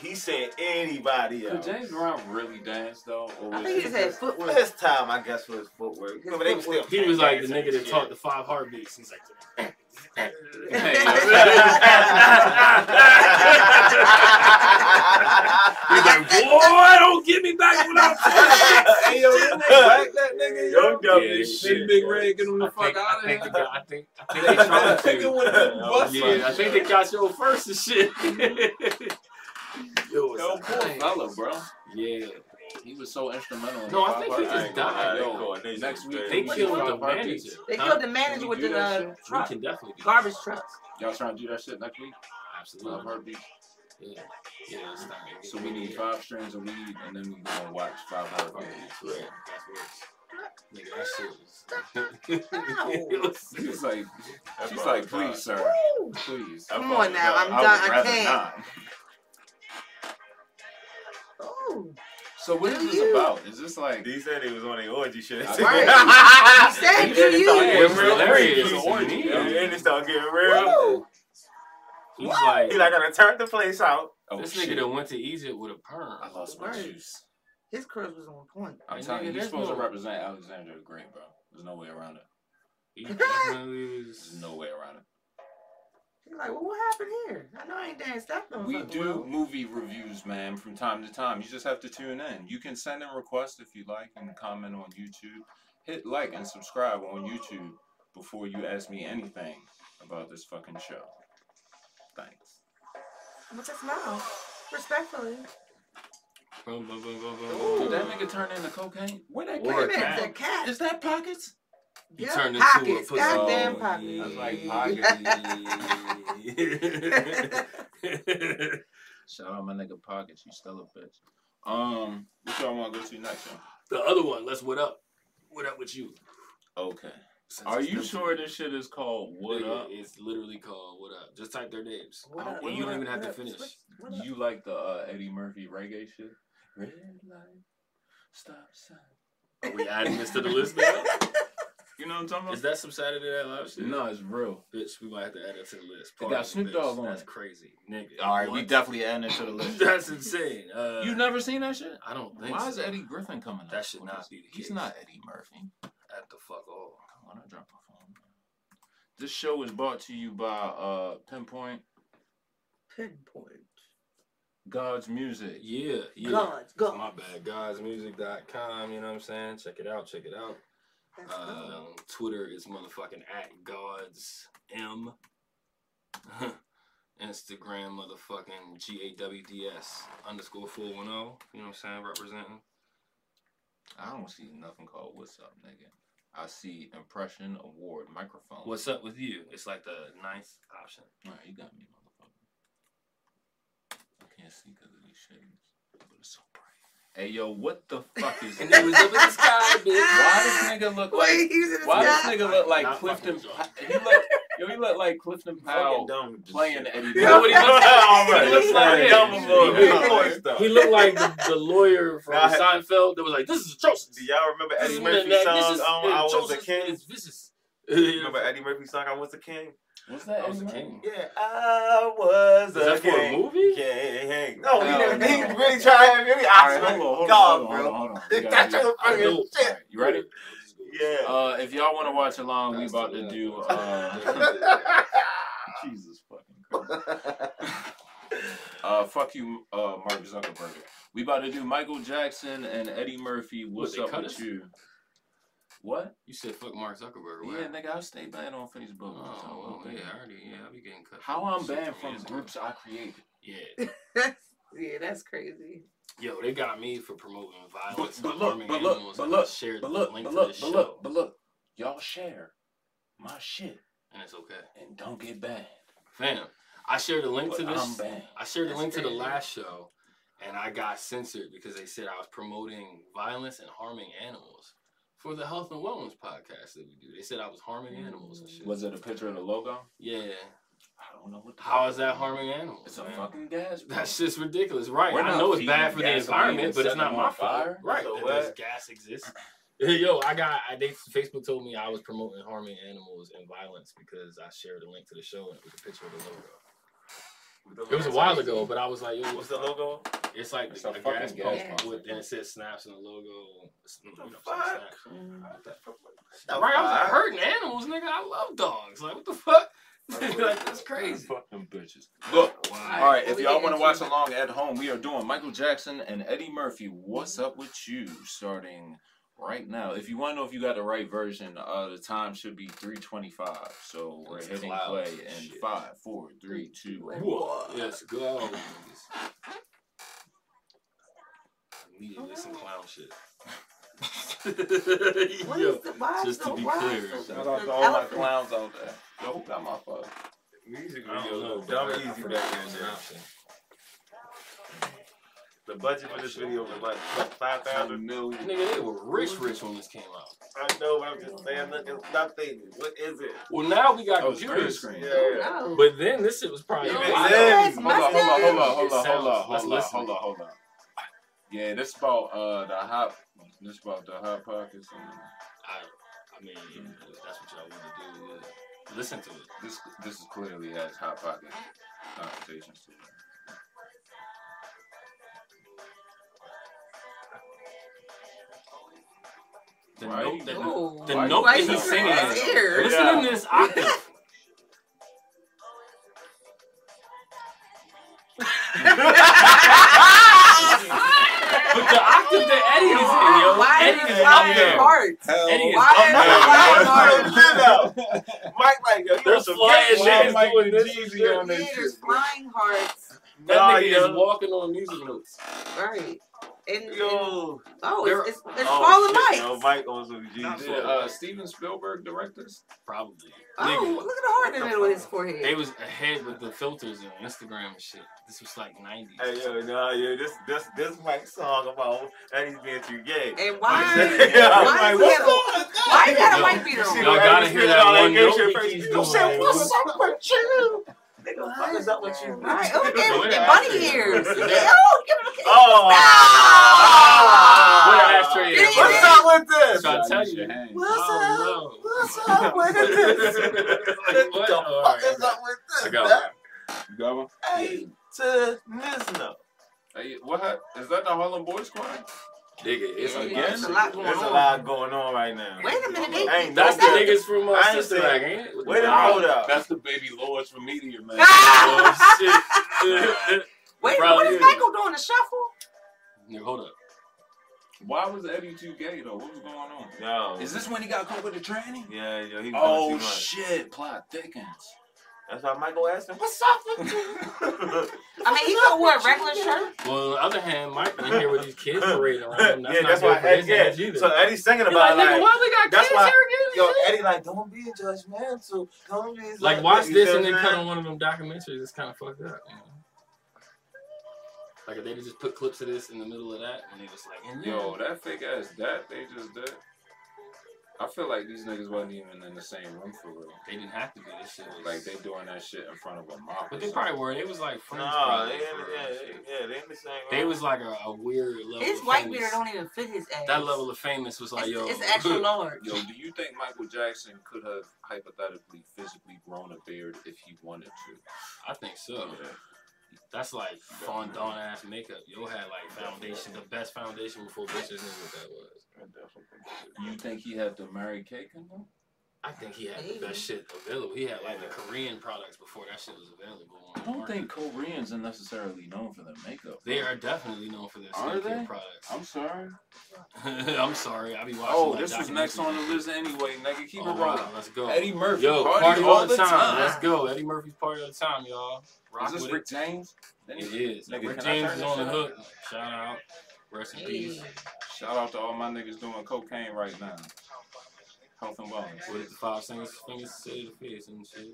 Speaker 5: He said anybody
Speaker 2: Could
Speaker 5: else.
Speaker 2: James Brown really dance though? Or
Speaker 6: I
Speaker 2: was
Speaker 6: think he
Speaker 2: it
Speaker 6: just had footwork.
Speaker 5: This time, I guess, was footwork. You know, but they was still
Speaker 1: he was like the nigga that
Speaker 5: Yeah.
Speaker 1: taught the five heartbeats. He's like, he's like, boy, don't get me back without
Speaker 5: Hey, yo,
Speaker 1: that nigga,
Speaker 5: Young
Speaker 1: yo.
Speaker 5: W
Speaker 1: Yeah,
Speaker 5: shit,
Speaker 1: Big
Speaker 5: yo.
Speaker 1: Red, get him the
Speaker 5: I
Speaker 1: fuck
Speaker 5: think-
Speaker 1: out of
Speaker 5: I
Speaker 1: here.
Speaker 5: think they got-
Speaker 1: I think, I think they tried to. Yeah, I think they
Speaker 2: Yo,
Speaker 1: got your first and shit. Yo, it's
Speaker 2: poor
Speaker 1: like,
Speaker 2: fella, bro.
Speaker 1: yeah.
Speaker 2: He was so instrumental. in
Speaker 1: No,
Speaker 2: the
Speaker 1: I think
Speaker 2: Pop
Speaker 1: he
Speaker 2: Art.
Speaker 1: just
Speaker 2: I ain't
Speaker 1: died.
Speaker 2: gonna lie,
Speaker 1: Yo,
Speaker 2: yo. Next week
Speaker 1: They
Speaker 2: we can
Speaker 1: killed
Speaker 2: do
Speaker 1: our
Speaker 2: the Pop Art
Speaker 1: manager.
Speaker 2: beats.
Speaker 6: They
Speaker 1: Huh?
Speaker 6: killed the
Speaker 2: Can
Speaker 6: manager
Speaker 2: we
Speaker 6: with
Speaker 2: do
Speaker 6: the
Speaker 2: that
Speaker 6: uh,
Speaker 2: shit?
Speaker 1: We
Speaker 6: truck,
Speaker 1: can definitely do
Speaker 6: garbage truck.
Speaker 2: Y'all trying to do that shit next week? Love
Speaker 1: Absolutely.
Speaker 2: heartbeats.
Speaker 1: Yeah. Yeah, it's not gonna
Speaker 2: So
Speaker 1: get
Speaker 2: we
Speaker 1: me.
Speaker 2: need
Speaker 1: Yeah.
Speaker 2: five strings and we need, and then we gonna watch five
Speaker 1: Right.
Speaker 2: heartbeats.
Speaker 1: That's worse. Nigga, that shit was.
Speaker 6: Ow.
Speaker 1: It was-
Speaker 2: She's like,
Speaker 5: That's
Speaker 2: she's
Speaker 5: what
Speaker 2: like,
Speaker 5: I'm talking
Speaker 2: please, sir,
Speaker 6: Woo.
Speaker 2: please.
Speaker 5: about.
Speaker 6: Come on now, I'm
Speaker 5: I would
Speaker 6: done, I
Speaker 5: rather
Speaker 6: can't.
Speaker 5: not.
Speaker 6: Ooh.
Speaker 2: So what
Speaker 6: Do
Speaker 2: is
Speaker 6: you?
Speaker 2: this about? Is this like?
Speaker 5: He said he was on the orgy shit.
Speaker 2: Right.
Speaker 6: He
Speaker 5: Right.
Speaker 6: said, do
Speaker 5: He did it all.
Speaker 6: you?
Speaker 5: Yeah,
Speaker 1: It was
Speaker 5: real
Speaker 1: hilarious.
Speaker 5: freaky.
Speaker 1: to me.
Speaker 2: Yeah.
Speaker 5: and it started getting real.
Speaker 6: Woo.
Speaker 1: He's like,
Speaker 5: He like, I done turned the place out.
Speaker 2: Oh
Speaker 1: this nigga
Speaker 2: shit!
Speaker 1: that went to Egypt with a perm.
Speaker 2: I lost my
Speaker 6: Right.
Speaker 2: juice.
Speaker 6: His curls was on point.
Speaker 2: I'm
Speaker 1: And
Speaker 2: telling
Speaker 1: nigga,
Speaker 2: you, you're
Speaker 1: there's
Speaker 2: supposed
Speaker 1: no-
Speaker 2: to represent Alexander the Great, bro. There's no way around it.
Speaker 1: He definitely was.
Speaker 2: There's no way around it.
Speaker 6: He's like, well, what happened here? I know I ain't danced that motherfucker
Speaker 2: We do
Speaker 6: well.
Speaker 2: movie reviews, man, from time to time. You just have to tune in. You can send in requests if you like and comment on YouTube. Hit like and subscribe on YouTube before you ask me anything about this fucking show. Thanks.
Speaker 6: With a smile, respectfully.
Speaker 1: Boom, boom, boom, boom, boom, boom.
Speaker 2: Did that nigga turn into cocaine? Where that
Speaker 1: Or
Speaker 6: Wait a
Speaker 1: a
Speaker 2: came
Speaker 6: minute,
Speaker 1: cat.
Speaker 6: the cat.
Speaker 2: Is that pockets?
Speaker 1: He
Speaker 6: Yeah,
Speaker 1: turned into a
Speaker 6: pockets,
Speaker 1: pussy.
Speaker 6: goddamn
Speaker 2: Oh,
Speaker 6: pockets.
Speaker 2: That's like pockets. Shout out my nigga pockets. You still a bitch. Um, what y'all want to go to next? One?
Speaker 1: the other one, let's what up. What up with you?
Speaker 2: Okay.
Speaker 1: Since
Speaker 2: Are
Speaker 1: it's
Speaker 2: you
Speaker 1: them
Speaker 2: sure
Speaker 1: two-
Speaker 2: this shit is called What
Speaker 1: Nigga,
Speaker 2: Up?
Speaker 1: It's literally called What Up. Just type their names.
Speaker 6: What
Speaker 1: I don't-
Speaker 6: up,
Speaker 1: and you
Speaker 6: what
Speaker 1: don't
Speaker 6: up,
Speaker 1: even have to
Speaker 6: what up,
Speaker 1: finish.
Speaker 6: what up?
Speaker 2: You like the uh, Eddie Murphy reggae shit? Red light, stop sign.
Speaker 1: Are we adding this to the list now?
Speaker 2: You know what I'm talking
Speaker 1: Is that some Saturday Night Live shit?
Speaker 2: No, it's real.
Speaker 1: Bitch, we might have to add that to the list.
Speaker 2: It got
Speaker 1: Pardon,
Speaker 2: Snoop
Speaker 1: bitch.
Speaker 2: Dogg on
Speaker 1: That's
Speaker 2: it.
Speaker 1: crazy. Nigga.
Speaker 2: All right, we
Speaker 1: What?
Speaker 2: definitely adding it to the list.
Speaker 1: That's insane. Uh,
Speaker 2: you never seen that shit?
Speaker 1: I don't think
Speaker 2: Why
Speaker 1: so.
Speaker 2: is Eddie Griffin coming up?
Speaker 1: That should
Speaker 2: with
Speaker 1: not
Speaker 2: this?
Speaker 1: be the
Speaker 2: He's
Speaker 1: case.
Speaker 2: not Eddie Murphy.
Speaker 1: At the fuck all.
Speaker 2: I wanna drop a phone. This show is brought to you by uh Pinpoint
Speaker 6: Pinpoint.
Speaker 2: God's Music.
Speaker 1: Yeah, yeah.
Speaker 6: God's God.
Speaker 1: My bad. Guysmusic.com. You know what I'm saying? Check it out. Check it out.
Speaker 6: That's God.
Speaker 1: Um, Twitter is motherfucking at God's M. Instagram motherfucking G A W D S underscore four one zero. You know what I'm saying? Representing.
Speaker 2: I don't see nothing called What's Up, nigga. I see Impression Award microphone.
Speaker 1: What's up with you? It's like the ninth option.
Speaker 2: Alright, you got me, motherfucker. I can't see because of these shades, but it's so bright. Hey yo, what the fuck is
Speaker 1: And it was up in the sky, bitch.
Speaker 2: Why this nigga look
Speaker 6: Wait,
Speaker 2: like?
Speaker 6: he was in the
Speaker 2: Why this
Speaker 6: sky.
Speaker 2: nigga look like
Speaker 1: Not fucking
Speaker 2: Clifton?
Speaker 1: with y'all.
Speaker 2: Pi- He look, yo, he look like Clifton Powell
Speaker 5: dumb.
Speaker 2: playing Eddie.
Speaker 1: You know what he
Speaker 2: Murphy.
Speaker 1: looks like?
Speaker 5: All right,
Speaker 1: He looks like
Speaker 5: dumb
Speaker 1: him.
Speaker 5: before.
Speaker 1: He
Speaker 5: Of
Speaker 1: look-
Speaker 5: course, though.
Speaker 1: He looked like the, the lawyer from
Speaker 5: Nah, I-
Speaker 1: Seinfeld that was like, "This is atrocious."
Speaker 5: Do y'all remember
Speaker 1: This
Speaker 5: Eddie
Speaker 1: is
Speaker 5: Murphy's
Speaker 1: that-
Speaker 5: song?
Speaker 1: this is-
Speaker 5: um, I was a
Speaker 1: atrocious,
Speaker 5: king.
Speaker 1: It's vicious.
Speaker 5: Remember Eddie Murphy's song? I was a king.
Speaker 2: What's that?
Speaker 1: I was a
Speaker 2: Eddie Murphy?
Speaker 1: king.
Speaker 5: Yeah, I was
Speaker 1: Is that for a movie?
Speaker 5: King. No, he,
Speaker 2: No,
Speaker 5: didn't, he
Speaker 2: no.
Speaker 5: really tried every
Speaker 2: All
Speaker 5: option.
Speaker 2: right, hold on, hold on, hold on,
Speaker 5: God, bro.
Speaker 2: hold on, hold on. We
Speaker 5: They
Speaker 2: gotta do
Speaker 5: got your
Speaker 2: it.
Speaker 1: I
Speaker 5: fucking
Speaker 1: know.
Speaker 5: shit.
Speaker 2: All right, you ready?
Speaker 5: Yeah.
Speaker 2: Uh, if y'all want to watch along, we about to do. Uh, Jesus fucking Christ. Uh, fuck you, uh, Mark Zuckerberg. We about to do Michael Jackson and Eddie Murphy. What's
Speaker 1: What, they
Speaker 2: up
Speaker 1: cut
Speaker 2: with
Speaker 1: us?
Speaker 2: you? What?
Speaker 1: You said fuck Mark Zuckerberg.
Speaker 2: Yeah,
Speaker 1: Right?
Speaker 2: nigga, I stay banned on Facebook.
Speaker 1: Oh,
Speaker 2: What's up
Speaker 1: well,
Speaker 2: with
Speaker 1: yeah,
Speaker 2: that?
Speaker 1: I already, yeah, I be getting cut.
Speaker 2: How I'm
Speaker 1: Shit
Speaker 2: banned
Speaker 1: from
Speaker 2: from
Speaker 1: years ago.
Speaker 2: groups I created.
Speaker 1: Yeah,
Speaker 6: yeah, that's crazy.
Speaker 1: yo, they got me for promoting violence,
Speaker 2: but
Speaker 1: and
Speaker 2: look,
Speaker 1: harming
Speaker 2: but look,
Speaker 1: animals,
Speaker 2: but
Speaker 1: and
Speaker 2: look,
Speaker 1: I shared
Speaker 2: But
Speaker 1: the
Speaker 2: look,
Speaker 1: link
Speaker 2: but
Speaker 1: to
Speaker 2: look,
Speaker 1: this
Speaker 2: but
Speaker 1: show,
Speaker 2: look, but look. Y'all share my shit
Speaker 1: and it's okay,
Speaker 2: and don't get banned.
Speaker 1: fam. I shared a link to
Speaker 2: But
Speaker 1: this.
Speaker 2: I'm banned.
Speaker 1: I shared a
Speaker 6: That's
Speaker 1: link to the
Speaker 6: crazy.
Speaker 1: last show, and I got censored because they said I was promoting violence and harming animals for the health and wellness podcast that we do. They said I was harming animals and shit.
Speaker 2: Mm. Was it a picture of the logo?
Speaker 1: Yeah.
Speaker 2: I don't know what. The
Speaker 1: How is that harming animals?
Speaker 2: It's a
Speaker 1: man?
Speaker 2: fucking gas. bro.
Speaker 1: That's just ridiculous, right?
Speaker 2: We're
Speaker 1: I
Speaker 2: not
Speaker 1: know it's
Speaker 2: feeding
Speaker 1: bad for the
Speaker 2: gasoline
Speaker 1: environment,
Speaker 2: and
Speaker 1: but it's
Speaker 2: setting
Speaker 1: not
Speaker 2: them
Speaker 1: my
Speaker 2: on
Speaker 1: fault.
Speaker 2: fire.
Speaker 1: Right?
Speaker 5: So
Speaker 1: that does
Speaker 5: what?
Speaker 1: gas exist? Yo, I got. I, they Facebook told me I was promoting harming animals and violence because I shared a link to the show and it was a picture of the logo. It was a while ago, but I was like, yo,
Speaker 5: What's the logo?
Speaker 1: It's like
Speaker 2: It's
Speaker 1: the,
Speaker 2: a
Speaker 1: a
Speaker 2: fucking
Speaker 1: gas
Speaker 2: gas
Speaker 1: pump
Speaker 6: pump.
Speaker 1: with and it says snaps in the logo. It's- you know,
Speaker 5: fuck?
Speaker 1: snaps.
Speaker 6: Mm.
Speaker 1: Right, I was like hurting animals, nigga. I love dogs. Like what the fuck? like that's crazy.
Speaker 2: Fucking bitches.
Speaker 1: Look,
Speaker 2: All right, if
Speaker 6: we
Speaker 2: y'all
Speaker 6: get
Speaker 2: want to
Speaker 6: into
Speaker 2: watch
Speaker 6: it.
Speaker 2: along at home, we are doing Michael Jackson and Eddie Murphy. What's up with you? Starting right now. If you want to know if you got the right version, uh, the time should be three twenty-five. So we're
Speaker 1: It's
Speaker 2: hitting
Speaker 1: cloud.
Speaker 2: play in
Speaker 1: Shit.
Speaker 2: five, four, three, two.
Speaker 6: What?
Speaker 1: Whoa, let's go. niggas. I needed this some clown shit.
Speaker 6: What
Speaker 1: Yo,
Speaker 6: is the why is
Speaker 1: just to
Speaker 6: the
Speaker 1: be
Speaker 6: why
Speaker 1: clear,
Speaker 6: so-
Speaker 1: shout
Speaker 5: Shout out
Speaker 6: an
Speaker 5: to all my
Speaker 6: elephant?
Speaker 5: clowns out there.
Speaker 2: Yo, who got my fuck?
Speaker 5: Music
Speaker 1: I don't know,
Speaker 5: videos,
Speaker 1: but
Speaker 5: dumb
Speaker 1: I- I
Speaker 5: easy
Speaker 1: forgot it
Speaker 5: back
Speaker 1: was
Speaker 5: in
Speaker 1: an
Speaker 5: there.
Speaker 1: option.
Speaker 5: The budget for this video was like five
Speaker 2: A
Speaker 5: thousand.
Speaker 2: million.
Speaker 1: Nigga, they were rich, rich when this came out.
Speaker 5: I know, but I'm just saying, look, it's nothing. What is it?
Speaker 1: Well, now we got
Speaker 2: Oh, it's green
Speaker 1: computers,
Speaker 2: screen.
Speaker 5: Yeah.
Speaker 6: No.
Speaker 1: but then this shit was probably.
Speaker 5: Even
Speaker 1: I
Speaker 5: then,
Speaker 1: don't-
Speaker 6: Yes,
Speaker 2: Hold on, hold on, hold on, hold on, hold on,
Speaker 1: Let's listen.
Speaker 2: hold on, hold on, hold on. Yeah, this about uh the hot. This about the hot pockets. And
Speaker 1: I, I mean, if that's what y'all want to do. yeah. Listen to it.
Speaker 2: this this is clearly has hot pocket connotations. to it.
Speaker 1: The
Speaker 2: Why
Speaker 1: note
Speaker 2: you-
Speaker 1: that
Speaker 6: No.
Speaker 1: the
Speaker 2: Why-
Speaker 1: note
Speaker 2: why
Speaker 1: that
Speaker 2: you
Speaker 1: he's singing.
Speaker 2: crazy?
Speaker 1: is-
Speaker 6: Ear.
Speaker 1: Listen
Speaker 5: Yeah.
Speaker 1: to this octave. But the octave that Eddie is in, yo,
Speaker 6: Why
Speaker 1: Eddie
Speaker 6: is
Speaker 1: is
Speaker 6: why
Speaker 1: up
Speaker 6: is
Speaker 1: there.
Speaker 6: hearts?
Speaker 1: Eddie is
Speaker 6: Why
Speaker 1: up
Speaker 6: is
Speaker 1: there.
Speaker 6: why is hearts?
Speaker 5: Mike, like, yo, you
Speaker 1: Those
Speaker 5: want some
Speaker 1: fly
Speaker 5: gay
Speaker 1: ass
Speaker 5: shit?
Speaker 1: niggas
Speaker 5: Mike
Speaker 1: doing
Speaker 5: and
Speaker 1: this
Speaker 5: Jeezy
Speaker 1: shit.
Speaker 5: on this shit,
Speaker 6: Leaders,
Speaker 5: bro.
Speaker 6: flying hearts.
Speaker 1: That
Speaker 5: Nah,
Speaker 1: nigga
Speaker 5: yo.
Speaker 1: is walking on music notes.
Speaker 6: Right. And, and
Speaker 5: Yo.
Speaker 6: oh,
Speaker 1: They're-
Speaker 6: it's it's, it's
Speaker 5: Oh, shit,
Speaker 6: falling
Speaker 5: Yo,
Speaker 6: lights.
Speaker 5: Mike on some Jeezy.
Speaker 2: Did uh, Steven Spielberg direct this?
Speaker 1: Probably.
Speaker 6: Oh,
Speaker 1: Nigga,
Speaker 6: look at the heart in the middle of his forehead.
Speaker 1: they was ahead with the filters and Instagram and shit. This was like 90s.
Speaker 5: Hey yo, nah, yo, this this this Mike song about Eddie's being too gay.
Speaker 6: and why?
Speaker 5: Yeah, I'm
Speaker 6: why
Speaker 5: like,
Speaker 6: is
Speaker 5: what's
Speaker 6: he a-
Speaker 5: going on?
Speaker 6: why you got a
Speaker 1: Yo,
Speaker 6: white beater on?
Speaker 5: See,
Speaker 1: Y'all
Speaker 5: like,
Speaker 1: gotta
Speaker 5: this
Speaker 1: hear
Speaker 5: nigga
Speaker 1: that
Speaker 5: all
Speaker 1: one
Speaker 5: gay
Speaker 1: note
Speaker 5: shit
Speaker 1: he
Speaker 5: first.
Speaker 1: keeps
Speaker 5: You
Speaker 1: doing.
Speaker 5: said, what's up with you?
Speaker 6: Nigga,
Speaker 5: What is up with you?
Speaker 6: Right. Oh, look
Speaker 1: Well,
Speaker 6: at
Speaker 1: it
Speaker 6: and bunny
Speaker 1: actually-
Speaker 6: ears.
Speaker 1: Is
Speaker 6: See,
Speaker 1: that-
Speaker 6: Oh, give it a kiss.
Speaker 5: Oh.
Speaker 1: What
Speaker 5: Ah.
Speaker 1: an ashtray
Speaker 6: Yeah,
Speaker 1: is.
Speaker 5: What's up with this?
Speaker 1: So I tell you.
Speaker 2: hand.
Speaker 1: Oh, no.
Speaker 5: What's up with this?
Speaker 1: Like,
Speaker 5: What
Speaker 1: what?
Speaker 5: the
Speaker 1: All
Speaker 5: fuck
Speaker 1: right.
Speaker 5: is up with this?
Speaker 1: I got
Speaker 5: man?
Speaker 1: one.
Speaker 2: You got one?
Speaker 5: Hey, to Nizno.
Speaker 2: Hey, what? hap- Is that the Harlem Boys Squad?
Speaker 1: Nigga, it's
Speaker 2: Yeah,
Speaker 1: like
Speaker 2: yeah,
Speaker 1: that
Speaker 6: it's a
Speaker 1: shit.
Speaker 6: lot going
Speaker 5: There's a
Speaker 6: on.
Speaker 5: lot going on right now.
Speaker 6: Wait a minute, they
Speaker 5: I ain't
Speaker 1: That's
Speaker 5: That's
Speaker 1: the
Speaker 5: that-
Speaker 1: niggas from uh,
Speaker 5: I ain't
Speaker 1: Sister
Speaker 5: saying-
Speaker 1: Act, ain't it?
Speaker 5: Wait a
Speaker 1: Nah.
Speaker 5: minute, hold up.
Speaker 2: That's the baby Lords from Meteor Man. Ah!
Speaker 1: Oh, shit.
Speaker 6: Wait,
Speaker 1: Probably
Speaker 6: what is
Speaker 1: is.
Speaker 6: Michael doing? The shuffle?
Speaker 1: Yeah, hold up.
Speaker 2: Why was Eddie too gay though? What was going on?
Speaker 5: Yo.
Speaker 2: Is this when he got caught with the tranny?
Speaker 5: Yeah, yo, he was oh,
Speaker 2: Oh
Speaker 5: too much.
Speaker 2: shit! Plot thickens.
Speaker 5: That's why Michael asked him, what's up with you?
Speaker 6: I mean, he could wear a regular shirt.
Speaker 1: Well, on the other hand, Mike in here with these kids parading around. That's
Speaker 5: yeah,
Speaker 1: not
Speaker 5: that's
Speaker 1: good
Speaker 5: why
Speaker 1: for
Speaker 5: Eddie,
Speaker 1: his
Speaker 5: yeah.
Speaker 1: image either.
Speaker 5: So Eddie's thinking
Speaker 1: You're like,
Speaker 5: about
Speaker 1: nigga,
Speaker 5: like,
Speaker 1: why we got
Speaker 5: that's
Speaker 1: kids
Speaker 5: why-
Speaker 1: here
Speaker 5: yo,
Speaker 1: again?
Speaker 5: Eddie like, don't be judgmental. Don't be
Speaker 1: Like, watch this and then cut on one of them documentaries. It's kind of fucked up, you know? Like, if they just put clips of this in the middle of that, and they was like, and
Speaker 2: Yo, that fake ass that they just did. I feel like these niggas wasn't even in the same room for real.
Speaker 1: they didn't have to be. This shit was
Speaker 2: Like they doing that shit in front of a mob.
Speaker 1: But
Speaker 2: or
Speaker 1: they
Speaker 2: something.
Speaker 1: probably were. They was like friends.
Speaker 5: No,
Speaker 1: probably,
Speaker 5: they,
Speaker 1: for real.
Speaker 5: yeah, they, yeah, they in the same
Speaker 1: They
Speaker 5: room.
Speaker 1: was like a, a weird level.
Speaker 6: His
Speaker 1: of
Speaker 6: white
Speaker 1: famous.
Speaker 6: beater don't even fit his ass.
Speaker 1: That level of famous was like,
Speaker 6: it's,
Speaker 1: yo,
Speaker 6: it's extra large.
Speaker 2: Yo, do you think Michael Jackson could have hypothetically physically grown a beard if he wanted to?
Speaker 1: I think so. That's like fondant ass makeup. Yo had like foundation, the best foundation before bitches knew what that was.
Speaker 2: You think he had the Mary Kay condom?
Speaker 1: I think he had
Speaker 6: Maybe.
Speaker 1: the best shit available. He had like the Korean products before that shit was available. on the
Speaker 2: I don't
Speaker 1: market.
Speaker 2: think Koreans are necessarily known for their makeup.
Speaker 1: they are definitely known for their
Speaker 2: Are
Speaker 1: skincare
Speaker 2: they?
Speaker 1: products.
Speaker 2: I'm sorry.
Speaker 1: I'm sorry, I be watching.
Speaker 2: Oh,
Speaker 1: like,
Speaker 2: this was next on the
Speaker 1: documentaries.
Speaker 2: list anyway, nigga. Keep
Speaker 1: Oh,
Speaker 2: it
Speaker 1: wow,
Speaker 2: rolling.
Speaker 1: Let's go.
Speaker 2: Eddie Murphy.
Speaker 1: Yo,
Speaker 2: party,
Speaker 1: all the time. Let's go. Eddie Murphy's party all the time, y'all. Rock
Speaker 2: Is this
Speaker 1: with
Speaker 2: Rick James?
Speaker 1: it. It is.
Speaker 2: Nigga,
Speaker 1: Rick
Speaker 2: can I
Speaker 1: James
Speaker 2: turn
Speaker 1: is
Speaker 2: this
Speaker 1: on the
Speaker 2: shit
Speaker 1: hook.
Speaker 2: up?
Speaker 1: Shout out. Rest in
Speaker 6: Hey.
Speaker 1: peace.
Speaker 2: Shout out to all my niggas doing cocaine right now. health and wellness.
Speaker 1: With the five singles, fingers to the face and shit.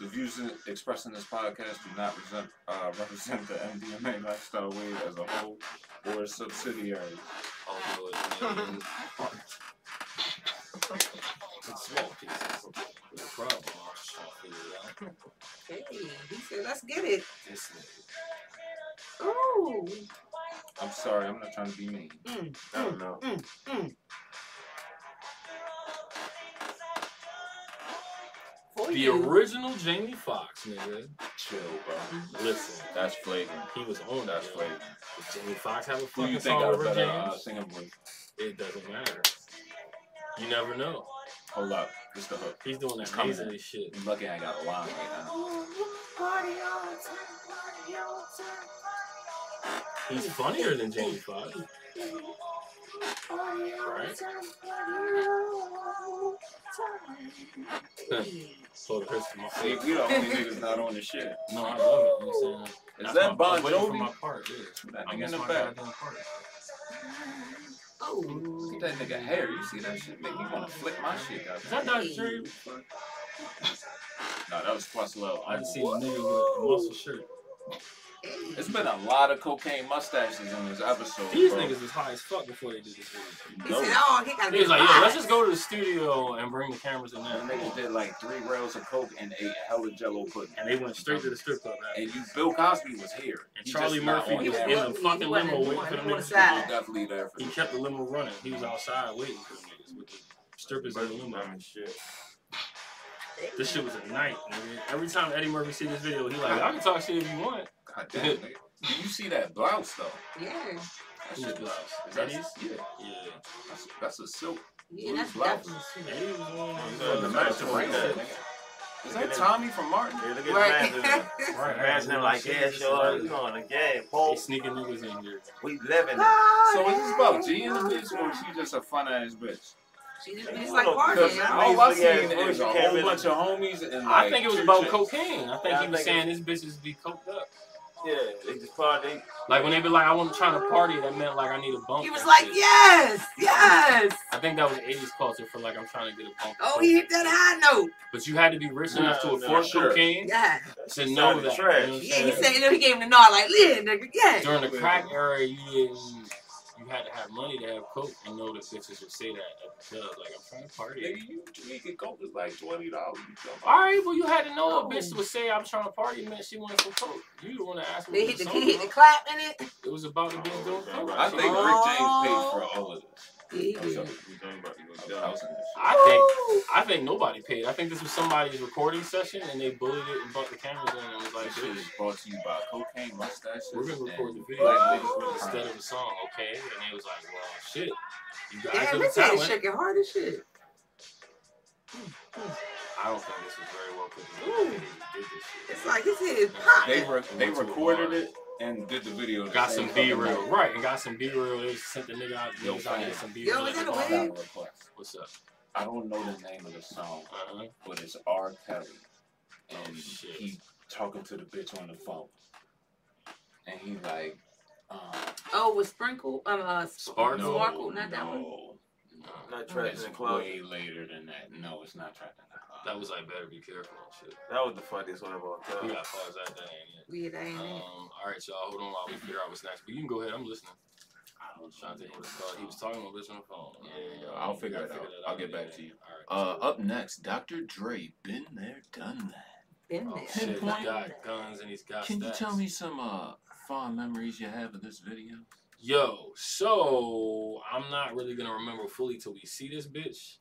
Speaker 2: The views in- expressed in this podcast do not represent, uh, represent the MDMA lifestyle wave as a whole or its subsidiaries.
Speaker 1: Oh, Lord. man. It's small pieces. No problem. I'm just trying to figure it out.
Speaker 6: Hey, he said, let's get it.
Speaker 1: This nigga.
Speaker 6: Ooh.
Speaker 2: I'm sorry, I'm not trying to be mean.
Speaker 6: Mm,
Speaker 5: I
Speaker 6: mm.
Speaker 5: don't know.
Speaker 6: For
Speaker 1: The
Speaker 6: you.
Speaker 1: original Jamie Foxx, nigga.
Speaker 2: Chill, bro.
Speaker 1: Listen,
Speaker 2: That's flagrant.
Speaker 1: he was on that
Speaker 2: That's
Speaker 1: play.
Speaker 2: flagrant.
Speaker 1: Jamie Foxx have a
Speaker 2: Who
Speaker 1: fucking
Speaker 2: you think
Speaker 1: song
Speaker 2: got a
Speaker 1: over
Speaker 2: better
Speaker 1: James?
Speaker 2: uh, singer voice?
Speaker 1: It doesn't matter. You never know.
Speaker 2: Hold up, it's the hook.
Speaker 1: He's doing
Speaker 2: It's
Speaker 1: that
Speaker 2: coming.
Speaker 1: nasally shit.
Speaker 2: You lucky I got a line right now.
Speaker 1: He's funnier than Jamie Foxx. Right? So the rest of my
Speaker 2: See, we the only niggas not on the shit.
Speaker 1: No, I love it. You know what I'm saying?
Speaker 2: Is
Speaker 1: That's
Speaker 2: that
Speaker 1: my- I was
Speaker 2: Bon
Speaker 1: waiting for my
Speaker 2: Jovi?
Speaker 1: part, yeah.
Speaker 2: That
Speaker 1: I
Speaker 2: nigga in
Speaker 1: missed
Speaker 2: the
Speaker 1: my
Speaker 2: back.
Speaker 1: goddamn part.
Speaker 6: Ooh. "Oh,
Speaker 2: Look at that nigga hair. You see that shit make me want to flip my shit out.
Speaker 1: Is that Dr. Dre?
Speaker 2: No, that was plus low.
Speaker 1: I just seen a nigga with a muscle shirt.
Speaker 2: It's been a lot of cocaine mustaches in this episode.
Speaker 1: These
Speaker 2: bro.
Speaker 1: niggas was high as fuck before they did this movie.
Speaker 6: He
Speaker 2: No.
Speaker 6: said, oh, he gotta
Speaker 1: He
Speaker 6: be
Speaker 1: was like, yo, let's just
Speaker 6: alive."
Speaker 1: go to the studio and bring the cameras in
Speaker 2: Them
Speaker 1: there.
Speaker 2: niggas did like three rails of coke and ate hella jello pudding.
Speaker 1: And they went straight to the strip club. after.
Speaker 2: And you, Bill Cosby was here.
Speaker 1: And
Speaker 2: He
Speaker 1: Charlie
Speaker 2: just not
Speaker 1: Murphy
Speaker 2: on
Speaker 1: was
Speaker 2: camera.
Speaker 1: in the
Speaker 6: He
Speaker 1: fucking
Speaker 6: wasn't
Speaker 1: limo waiting
Speaker 6: going.
Speaker 1: for the
Speaker 6: He was
Speaker 1: niggas. to
Speaker 6: outside.
Speaker 1: come
Speaker 2: He was definitely there for
Speaker 1: He kept the limo running. He was outside waiting for the niggas with the strippers in the limo.
Speaker 5: I mean, shit.
Speaker 1: This shit was a night, nigga. Every time Eddie Murphy see this video, he like, I can talk shit if you want.
Speaker 2: God damn, nigga. You see that blouse though?
Speaker 6: Yeah.
Speaker 2: That
Speaker 1: Who's blouse?
Speaker 2: shit blouse.
Speaker 1: Is that
Speaker 2: Is that
Speaker 1: his?
Speaker 2: Yeah.
Speaker 1: Yeah.
Speaker 2: That's, that's a silk.
Speaker 6: Yeah, that's
Speaker 2: Blouse.
Speaker 6: definitely
Speaker 1: Eddie was on
Speaker 5: The
Speaker 1: he
Speaker 2: The
Speaker 1: was on
Speaker 5: match
Speaker 2: match
Speaker 5: is
Speaker 1: the
Speaker 5: right
Speaker 2: right there,
Speaker 1: shit.
Speaker 5: there.
Speaker 2: nigga. Is that Tommy from Martin?
Speaker 5: Yeah, look at his
Speaker 6: Right.
Speaker 5: man's
Speaker 1: Right.
Speaker 5: Imagine him like, yeah, sure, we going again,
Speaker 1: They
Speaker 5: Paul.
Speaker 1: sneaking niggas in here.
Speaker 5: We living it.
Speaker 6: Oh,
Speaker 2: So is this about G in the bitch or is she just a fun ass bitch?
Speaker 6: She just, he's like,
Speaker 5: Because
Speaker 6: party,
Speaker 5: now-
Speaker 6: y'all.
Speaker 2: All I
Speaker 5: Please, yeah,
Speaker 2: seen is a
Speaker 5: you can't
Speaker 2: whole
Speaker 5: really-
Speaker 2: bunch of homies and like,
Speaker 1: I think it was
Speaker 2: two
Speaker 1: about
Speaker 2: chicks.
Speaker 1: cocaine. I think
Speaker 5: Yeah, I
Speaker 1: he was
Speaker 5: think
Speaker 1: saying this bitch is be coked up.
Speaker 5: Yeah, they just party. They,
Speaker 1: Like when they be like, I want to try to party, that meant like I need a bump.
Speaker 6: He was
Speaker 1: and
Speaker 6: like,
Speaker 1: shit.
Speaker 6: yes, yes.
Speaker 1: I think that was 80s culture for like I'm trying to get a bump.
Speaker 6: Oh, he hit that high note.
Speaker 1: But you had to be rich
Speaker 5: No,
Speaker 1: enough to
Speaker 5: no,
Speaker 1: afford
Speaker 2: sure.
Speaker 1: cocaine
Speaker 6: Yeah.
Speaker 1: to know
Speaker 5: sounded
Speaker 1: that.
Speaker 5: trash.
Speaker 1: You know what I'm
Speaker 6: Yeah, he
Speaker 1: saying?
Speaker 6: said, you know, he gave him the nod, like, yeah, nigga, yeah.
Speaker 1: during the crack era, you didn't. You had to have money to have coke, and know the bitches would say that at the club, like I'm trying to party.
Speaker 2: Nigga, you tweaking coke was like twenty dollars.
Speaker 1: All right, well you had to know a bitch would say I'm trying to party, man. She wanted some coke. You the one that asked
Speaker 6: They
Speaker 1: me.
Speaker 6: hit
Speaker 1: for
Speaker 6: the,
Speaker 1: the
Speaker 6: he hit the
Speaker 1: song.
Speaker 6: clap in it.
Speaker 1: It was about the bitch doing coke.
Speaker 2: I think Rick James paid for all of this.
Speaker 6: Yeah, he
Speaker 2: I'm
Speaker 6: did.
Speaker 2: sorry.
Speaker 5: we talking about
Speaker 2: I
Speaker 5: to
Speaker 2: was-
Speaker 5: go
Speaker 2: I
Speaker 5: down.
Speaker 2: was in this shit.
Speaker 1: I think
Speaker 6: Woo!
Speaker 1: I think nobody paid. I think this was somebody's recording session, and they bullied it and bought the cameras in, and was like,
Speaker 2: This shit is
Speaker 1: "Dude,
Speaker 2: brought to you by Cocaine Mustaches.
Speaker 1: we're gonna record the
Speaker 2: and
Speaker 1: video
Speaker 2: Black Niggas with a
Speaker 1: instead
Speaker 2: Crown.
Speaker 1: of the song, okay?" And they was like, "Well, shit, you guys
Speaker 6: Damn,
Speaker 1: have
Speaker 6: this man
Speaker 1: talent."
Speaker 6: shaking hard as shit.
Speaker 1: I don't think this was very well put together. They did this shit.
Speaker 6: It's like his head is
Speaker 2: They
Speaker 6: popping.
Speaker 2: re- they recorded it and did the video. the
Speaker 1: Got
Speaker 2: same
Speaker 1: some
Speaker 2: fucking
Speaker 1: B real,
Speaker 2: night.
Speaker 1: right? And got some B real. They sent the nigga out.
Speaker 2: Yo,
Speaker 1: Niggas out to
Speaker 2: fam.
Speaker 1: get some B
Speaker 6: Yo,
Speaker 1: real.
Speaker 6: is that a
Speaker 2: I
Speaker 6: wig?
Speaker 2: got a request.
Speaker 1: What's up?
Speaker 2: I don't know the name of the song,
Speaker 1: Uh-huh.
Speaker 2: but it's R. Kelly, and
Speaker 1: Oh, shit.
Speaker 2: he talking to the bitch on the phone, and he like, um,
Speaker 6: Oh, with sprinkle, um, uh,
Speaker 1: Sparkle?
Speaker 6: sparkle, sparkle, not that one.
Speaker 2: no,
Speaker 1: Uh,
Speaker 5: Not
Speaker 2: no.
Speaker 5: trapped in
Speaker 2: It's
Speaker 5: the club.
Speaker 2: way later than that. No, it's not trapped in the club.
Speaker 1: that was like better be careful and shit.
Speaker 5: That was the funniest one of all
Speaker 1: We
Speaker 5: time.
Speaker 1: gotta pause that thing. yeah.
Speaker 6: Yeah, that ain't
Speaker 1: Um,
Speaker 6: it.
Speaker 1: all right, y'all. Hold on while we figure out what's next. But you can go ahead. I'm listening.
Speaker 2: I
Speaker 1: I'm
Speaker 2: don't
Speaker 1: trying to think what
Speaker 2: what
Speaker 1: it's called. He was talking about bitch on the phone.
Speaker 2: Yeah,
Speaker 1: Um,
Speaker 2: I'll
Speaker 1: we
Speaker 2: figure
Speaker 1: gotta
Speaker 2: it out.
Speaker 1: that
Speaker 2: I'll get back to you.
Speaker 1: All
Speaker 2: Uh, up next, Dr. Dre, been there, done that.
Speaker 6: Been
Speaker 1: right. Oh,
Speaker 6: there.
Speaker 1: shit. He's
Speaker 2: Pinpoint.
Speaker 1: got guns and he's got
Speaker 2: Can you
Speaker 1: stats.
Speaker 2: tell me some uh fond memories you have of this video?
Speaker 1: Yo, so I'm not really gonna remember fully till we see this bitch,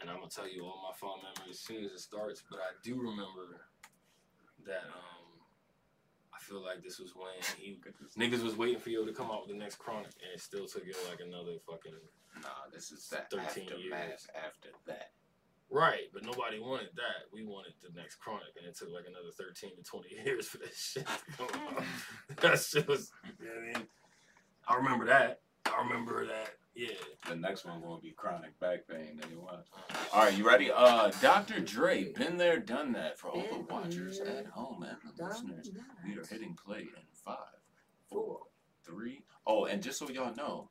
Speaker 1: and I'm gonna tell you all my fond memories as soon as it starts. But I do remember that um, I feel like this was when he niggas was waiting for yo to come out with the next chronic, and it still took yo like another fucking
Speaker 2: Nah, this is that
Speaker 1: 13
Speaker 2: aftermath
Speaker 1: years.
Speaker 2: after that.
Speaker 1: right. But nobody wanted that. We wanted the next chronic, and it took like another 13 to 20 years for that shit. To come out. that shit was. you know what I mean, I remember that. I remember that. Yeah.
Speaker 2: The next one gonna be chronic back pain. Nigga, watch. All right, you ready? Uh, Dr. Dre, been there, done that for all the
Speaker 6: Been
Speaker 2: watchers
Speaker 6: there,
Speaker 2: at home and the
Speaker 6: Done
Speaker 2: listeners.
Speaker 6: that.
Speaker 2: We are hitting play in five,
Speaker 6: Four.
Speaker 2: three. Oh, and just so y'all know,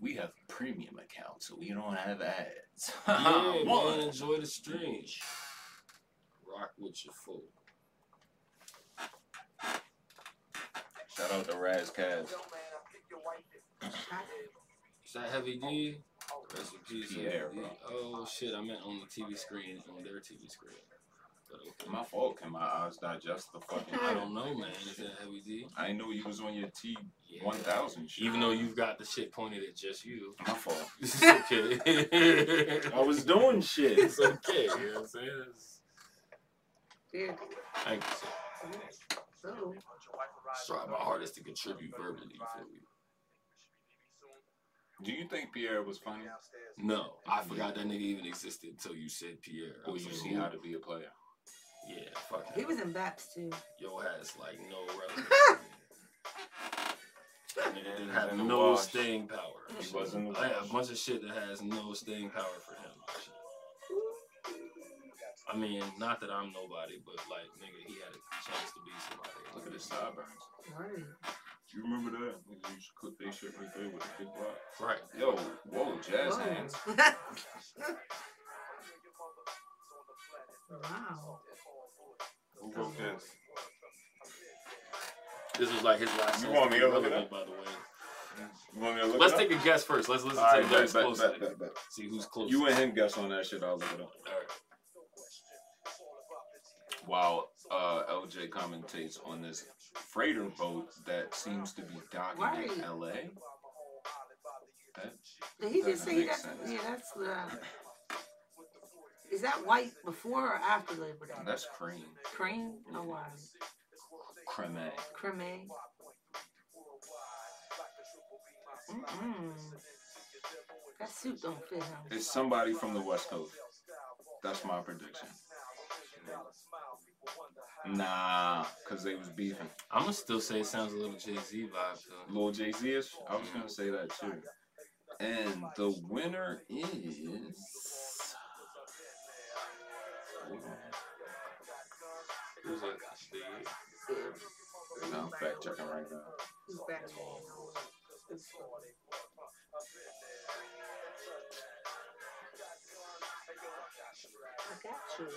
Speaker 2: we have a premium account, so we don't have ads.
Speaker 1: Yeah, man,
Speaker 2: Uh, One.
Speaker 1: enjoy the stream. Rock with your fool.
Speaker 2: Shout out to Razcast.
Speaker 1: Is that Heavy D? Rest in peace, Heavy
Speaker 2: Pierre,
Speaker 1: D.
Speaker 2: bro.
Speaker 1: Oh shit, I meant on the TV screen, on their TV screen. But okay.
Speaker 2: My fault. Can my eyes digest the fucking?
Speaker 1: I
Speaker 2: I
Speaker 1: don't
Speaker 2: don't.
Speaker 1: know, man. Is that Heavy D?
Speaker 2: I didn't know you was on your T
Speaker 1: Yeah.
Speaker 2: one thousand.
Speaker 1: Even though you've got the shit pointed at just you.
Speaker 2: my fault.
Speaker 1: It's okay.
Speaker 2: I was doing shit.
Speaker 1: it's okay, you know what I'm saying? It's-
Speaker 6: Yeah.
Speaker 1: Thank you, sir.
Speaker 6: So,
Speaker 1: Try my hardest to contribute verbally. you feel me?
Speaker 2: Do you think Pierre was funny?
Speaker 1: No, I forgot that nigga even existed until you said Pierre. I
Speaker 2: Or
Speaker 1: was
Speaker 2: Oh, you
Speaker 1: like,
Speaker 2: see how to be a player?
Speaker 1: Yeah, fuck
Speaker 6: he
Speaker 1: that.
Speaker 6: was in BAPS too.
Speaker 1: Yo has like no relevance. That nigga didn't have
Speaker 2: In the
Speaker 1: no
Speaker 2: wash.
Speaker 1: staying power.
Speaker 2: He was in the
Speaker 1: I had a
Speaker 2: wash.
Speaker 1: bunch of shit that has no staying power for him. I mean, not that I'm nobody, but like, nigga, he had a chance to be somebody.
Speaker 2: Look at his sideburns.
Speaker 6: Right.
Speaker 2: You remember that? Niggas used to cook they shit right there with a big block.
Speaker 1: Right.
Speaker 2: Yo, whoa, jazz hands.
Speaker 6: wow.
Speaker 5: Who wrote this?
Speaker 1: This was like his last.
Speaker 5: You
Speaker 1: chance
Speaker 5: want me
Speaker 1: be
Speaker 5: to look it
Speaker 1: relevant, by the way.
Speaker 5: You want me to look
Speaker 1: Let's
Speaker 5: it
Speaker 1: take a guess first. Let's listen
Speaker 5: All
Speaker 1: to
Speaker 5: right,
Speaker 1: the
Speaker 5: bet,
Speaker 1: lyrics
Speaker 2: bet,
Speaker 1: closely.
Speaker 2: bet, bet, bet.
Speaker 1: See who's close.
Speaker 2: You and him guess on that shit. I'll look it up. While uh, LJ commentates on this freighter boat that seems to be docking in
Speaker 6: Right.
Speaker 2: LA. That,
Speaker 6: Did he just
Speaker 2: Doesn't
Speaker 6: say
Speaker 2: make
Speaker 6: that?
Speaker 2: sense.
Speaker 6: Yeah, that's the. Is that white before or after Labor Day?
Speaker 2: that's cream.
Speaker 6: Cream? Oh, wow.
Speaker 2: Creme.
Speaker 6: Creme. Mm-mm. That suit don't fit him.
Speaker 2: It's somebody from the West Coast. That's my prediction. Nah, because they was beefing.
Speaker 1: I'm gonna still say it sounds a little Jay Z vibe though.
Speaker 2: Lil Jay Z ish. I was gonna say that too. And the winner is. Hold on.
Speaker 1: Who's that? The-
Speaker 2: No, I'm fact checking right now.
Speaker 6: He's back. I got you.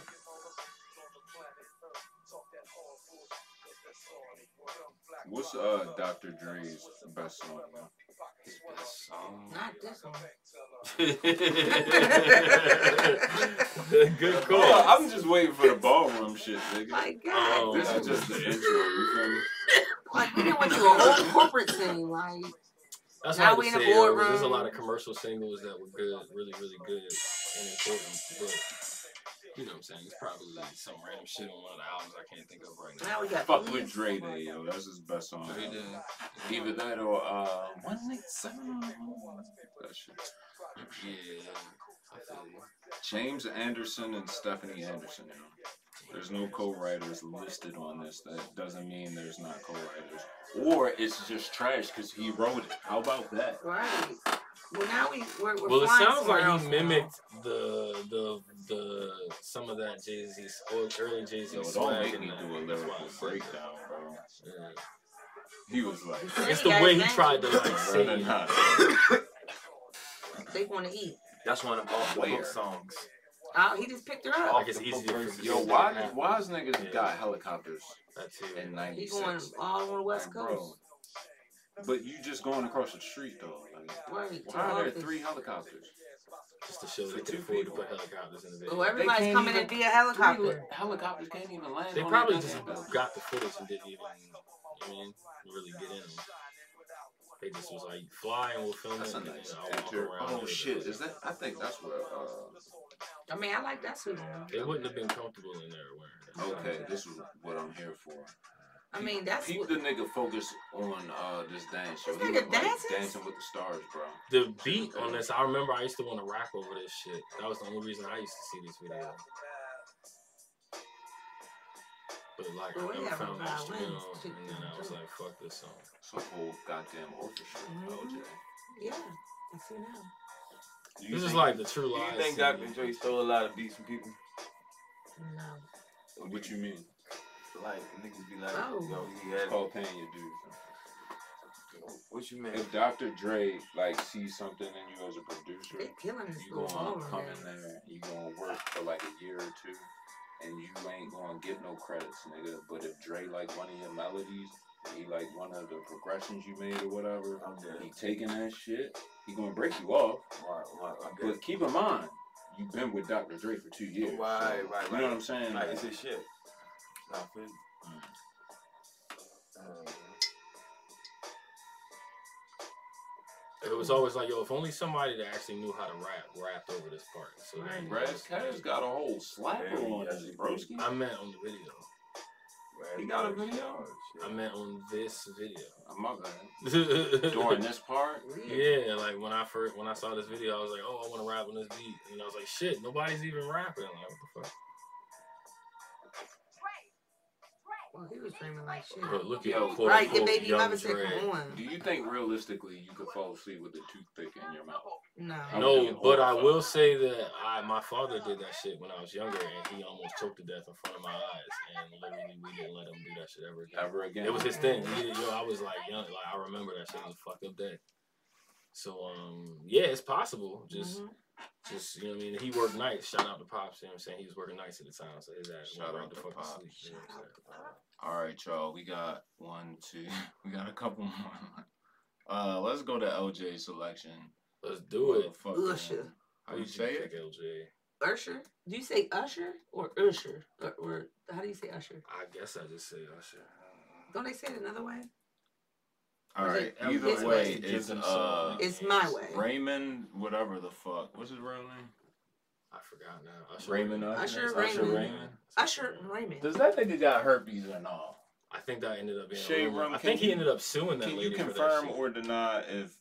Speaker 2: What's uh Dr. Dre's best song? man?
Speaker 1: that song.
Speaker 6: Not this one.
Speaker 1: Good
Speaker 2: Cool.
Speaker 1: call.
Speaker 2: I'm just waiting for the ballroom shit, nigga.
Speaker 6: My God.
Speaker 1: Oh,
Speaker 2: This is just the intro. You feel me?
Speaker 6: Like, we didn't went to a whole corporate thing. Like,
Speaker 1: That's
Speaker 6: Now
Speaker 1: what
Speaker 6: we
Speaker 1: I
Speaker 6: in the
Speaker 1: say. yo,
Speaker 6: boardroom.
Speaker 1: There's a lot of commercial singles that were good, really, really good and important. But you know what I'm saying? It's probably some random shit on one of the albums I can't think of right now.
Speaker 6: now we got.
Speaker 2: Fuck with Dre Day, yo. That's his best song.
Speaker 1: But it, uh,
Speaker 2: Either that or uh, one night seven. That shit.
Speaker 1: yeah, I feel you.
Speaker 2: James Anderson and Stephanie Anderson. you know. There's no co-writers listed on this. That doesn't mean there's not co-writers, or it's just trash because he wrote it. How about that?
Speaker 6: Right. Well, now we, we're, we're
Speaker 1: Well, it
Speaker 6: flying
Speaker 1: sounds
Speaker 6: somewhere
Speaker 1: like
Speaker 6: else
Speaker 1: he
Speaker 6: now.
Speaker 1: mimicked the the the some of that Jay Z or early Jay Z
Speaker 2: Yo, don't
Speaker 1: swag.
Speaker 2: make
Speaker 1: in
Speaker 2: me
Speaker 1: that.
Speaker 2: do a
Speaker 1: That's why
Speaker 2: lyrical
Speaker 1: I said
Speaker 2: breakdown, bro.
Speaker 1: that. Yeah.
Speaker 2: He was like,
Speaker 1: It's the way he
Speaker 6: Thank you.
Speaker 1: tried to like
Speaker 2: "Rather
Speaker 1: sing. it.
Speaker 2: not."
Speaker 6: They want to eat.
Speaker 5: That's one of off the
Speaker 2: Where?
Speaker 5: hook songs.
Speaker 6: Oh, he just picked her up.
Speaker 1: Like it's easier for me.
Speaker 2: Yo, why? Why is niggas got helicopters
Speaker 1: That too.
Speaker 2: in
Speaker 6: He going
Speaker 2: '96?
Speaker 6: all on the West
Speaker 2: Like, bro,
Speaker 6: Coast.
Speaker 2: But you just going across the street though. Like,
Speaker 6: Right. to
Speaker 2: why are there
Speaker 6: office.
Speaker 2: three helicopters?
Speaker 1: Just to show
Speaker 2: For
Speaker 1: they
Speaker 2: two
Speaker 1: can afford to
Speaker 2: people.
Speaker 1: put helicopters in the
Speaker 6: Oh,
Speaker 1: video.
Speaker 6: everybody's
Speaker 2: can't
Speaker 6: coming
Speaker 2: even-
Speaker 6: in via helicopter.
Speaker 2: helicopters can't even land.
Speaker 1: They
Speaker 2: on
Speaker 1: probably
Speaker 2: that
Speaker 1: just
Speaker 2: goddamn building.
Speaker 1: got the footage and didn't even, I mean, really get in them. They just was like, fly and we'll film
Speaker 2: That's
Speaker 1: it.
Speaker 2: a
Speaker 1: And then
Speaker 2: nice
Speaker 1: I'll walk
Speaker 2: picture.
Speaker 1: around
Speaker 2: Oh
Speaker 1: with it.
Speaker 2: shit! Is that? I think that's where. Uh,
Speaker 6: I mean, I like that suit. on.
Speaker 1: They wouldn't have been comfortable in there wearing
Speaker 2: okay, this is what I'm here for.
Speaker 6: I mean, that's
Speaker 2: Keep
Speaker 6: what,
Speaker 2: the nigga focused on uh this dance show.
Speaker 6: This
Speaker 2: He
Speaker 6: nigga
Speaker 2: look like
Speaker 6: dances?
Speaker 2: dancing with the stars, bro.
Speaker 1: The beat on this, I remember I used to want to rap over this shit. That was the only reason I used to see this video. But like,
Speaker 6: Well, we
Speaker 1: I never
Speaker 6: haven't
Speaker 1: found the
Speaker 6: found
Speaker 1: instrumental,
Speaker 6: Lynn's
Speaker 1: and then I was
Speaker 6: chicken.
Speaker 1: like, fuck this song.
Speaker 2: It's a whole goddamn orchestra.
Speaker 6: Mhm.
Speaker 2: LJ.
Speaker 6: yeah. I see now.
Speaker 2: Do you
Speaker 1: This is
Speaker 2: think-
Speaker 1: like the true
Speaker 5: Do
Speaker 1: lies.
Speaker 5: you think Dr. Dre stole a lot of beats from people?
Speaker 6: No.
Speaker 2: What you mean?
Speaker 5: Like niggas be like,
Speaker 6: Oh.
Speaker 5: yo, he
Speaker 2: It's
Speaker 5: had.
Speaker 2: called paying your dues.
Speaker 7: What you mean?
Speaker 2: If Dr. Dre like sees something in you as a producer,
Speaker 6: They killing this
Speaker 2: you
Speaker 6: little
Speaker 2: gonna
Speaker 6: horror
Speaker 2: come
Speaker 6: now.
Speaker 2: in there, you gonna work for like a year or two, and you ain't gonna get no credits, nigga. But if Dre like one of your melodies, he like one of the progressions you made or whatever,
Speaker 7: I'm good.
Speaker 2: he taking that shit, he gonna break you off.
Speaker 7: Right, right, I get
Speaker 2: But keep in mind, you've been with Dr. Dre for two years. so,
Speaker 7: Right, right,
Speaker 2: You know what
Speaker 7: right.
Speaker 2: I'm saying?
Speaker 7: Like,
Speaker 2: Like,
Speaker 7: it's his shit. Nah, feel you. Uh,
Speaker 1: It was always like, yo, if only somebody that actually knew how to rap rapped over this part. So that
Speaker 6: Right.
Speaker 2: Raz Cash got a whole slapper on his broski.
Speaker 1: I meant on the video.
Speaker 2: He got a video?
Speaker 1: I meant on this
Speaker 2: Oh, My
Speaker 1: video.
Speaker 2: bad. During this part,
Speaker 1: Yeah, like when I first when I saw this video, I was like, oh, I want to rap on this beat, and I was like, shit, nobody's even rapping. Like, what the fuck?
Speaker 6: Well, he was dreaming like shit.
Speaker 1: But look at
Speaker 2: Yo,
Speaker 1: quote,
Speaker 6: Right,
Speaker 1: unquote,
Speaker 6: your baby
Speaker 1: young
Speaker 6: mother said,
Speaker 1: Dre.
Speaker 6: come on.
Speaker 2: do you think realistically you could fall asleep with a toothpick in your mouth?
Speaker 6: No.
Speaker 1: No, but I will say that I my father did that shit when I was younger, and he almost choked to death in front of my eyes, and literally we didn't let him do that shit ever again.
Speaker 2: Ever again?
Speaker 1: It was his thing. We did- yo, I was like young, like I remember that shit It was a fucked up day. So um, yeah, it's possible. Just
Speaker 6: Mhm.
Speaker 1: just you know what I mean. He worked nights. Shout out to pops. You know what I'm saying. He was working nights at the time, so his ass
Speaker 2: Shout
Speaker 1: went right
Speaker 2: out
Speaker 1: the
Speaker 2: to
Speaker 1: fuck
Speaker 2: Pops.
Speaker 1: sleep. You know what I'm saying?
Speaker 2: All right, y'all. We got one, two. We got a couple more. Uh, let's go to LJ selection.
Speaker 1: Let's do it.
Speaker 2: Motherfucker.
Speaker 6: Usher.
Speaker 2: How you say it?
Speaker 1: LJ.
Speaker 6: Usher? Do you say Usher or Usher? Or, or how do you say Usher?
Speaker 1: I guess I just say Usher.
Speaker 6: Don't they say it another way?
Speaker 2: All
Speaker 6: Is
Speaker 2: right.
Speaker 6: it-
Speaker 2: Either
Speaker 6: His
Speaker 2: way,
Speaker 6: way.
Speaker 2: it's uh
Speaker 6: It's my way.
Speaker 2: Raymond, whatever the fuck. What's his real name?
Speaker 1: I forgot now.
Speaker 2: Raymond
Speaker 6: Usher
Speaker 2: Usher
Speaker 6: Raymond.
Speaker 2: Raymond.
Speaker 6: Usher and Raymond.
Speaker 2: Does that nigga got herpes or not?
Speaker 1: I think that ended up being. a
Speaker 2: Shade
Speaker 1: rumor.
Speaker 2: Room,
Speaker 1: I
Speaker 2: can
Speaker 1: think he
Speaker 2: you-
Speaker 1: ended up suing that
Speaker 2: Can you
Speaker 1: lady for that
Speaker 2: confirm
Speaker 1: shit.
Speaker 2: or deny if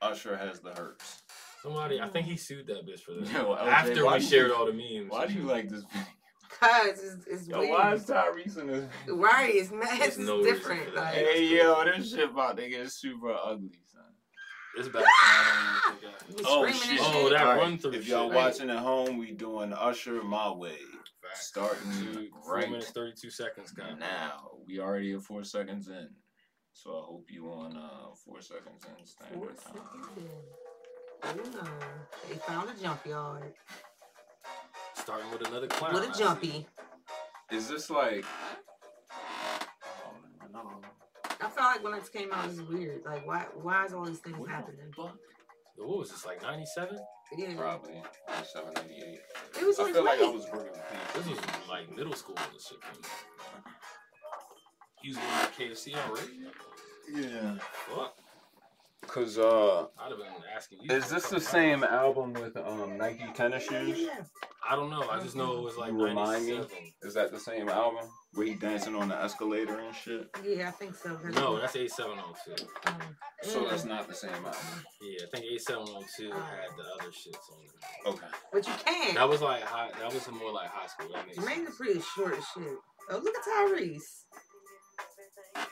Speaker 2: Usher has the herpes?
Speaker 1: Somebody, I think he sued that bitch for that.
Speaker 2: Yo, LJ,
Speaker 1: After
Speaker 2: why
Speaker 1: we
Speaker 2: do you-
Speaker 1: shared all the memes.
Speaker 2: Why do you like this?
Speaker 6: Cause it's, it's
Speaker 2: Yo,
Speaker 6: weird.
Speaker 2: why is Tyrese in this?
Speaker 6: Right, it's mad.
Speaker 1: There's
Speaker 6: It's
Speaker 1: no reason for
Speaker 6: different.
Speaker 1: that.
Speaker 6: Like,
Speaker 2: Hey yo, this shit about to get super ugly, son.
Speaker 1: It's back. I don't know what they got.
Speaker 6: be
Speaker 2: Oh,
Speaker 6: screaming
Speaker 2: shit.
Speaker 6: and
Speaker 1: Oh,
Speaker 6: shit.
Speaker 1: that
Speaker 2: All right,
Speaker 1: run through.
Speaker 2: If y'all
Speaker 1: shit.
Speaker 2: watching at home, we doing Usher my way,
Speaker 1: Facts.
Speaker 2: starting
Speaker 1: Two, four
Speaker 2: right
Speaker 1: minutes thirty-two seconds, guy.
Speaker 2: now. We already at four seconds in, so I hope you on uh, four seconds in
Speaker 6: Four
Speaker 2: standard time.
Speaker 6: seconds in. You know, they found a junkyard
Speaker 1: Starting with another clown.
Speaker 6: with a jumpy.
Speaker 2: Is this like? Oh, no.
Speaker 6: I felt like when this came out, it's weird. Like, why? Why is all these things
Speaker 2: What the
Speaker 6: happening?
Speaker 2: fuck?
Speaker 1: Yo, What was this like? Ninety-seven?
Speaker 6: Yeah,
Speaker 2: Probably like seven ninety eight.
Speaker 6: it was
Speaker 2: I
Speaker 6: like,
Speaker 2: feel like I
Speaker 6: wait.
Speaker 2: was working.
Speaker 1: This was like middle school when this shit came out. He was going to KFC already.
Speaker 2: Yeah.
Speaker 1: Fuck.
Speaker 2: Cause uh,
Speaker 1: I'd have been asking you.
Speaker 2: is this the same album with um Nike tennis
Speaker 6: Yeah,
Speaker 2: shoes?
Speaker 6: yeah,
Speaker 1: I don't know. I just know it was like
Speaker 2: You remind me.
Speaker 1: 97.
Speaker 2: Is that the same album where he dancing on the escalator and shit?
Speaker 6: yeah. yeah, I think so. 'cause-
Speaker 1: No, that's 8702.
Speaker 6: um,
Speaker 2: So
Speaker 6: yeah.
Speaker 2: that's not the same album.
Speaker 1: Yeah, I think 8702
Speaker 2: Ah.
Speaker 1: had the other shits on it.
Speaker 2: Okay.
Speaker 6: but you can't.
Speaker 1: That was like high. That was more like high school. That makes
Speaker 6: Jermaine
Speaker 1: sense.
Speaker 6: Dupri is short as shit. Oh, look at Tyrese.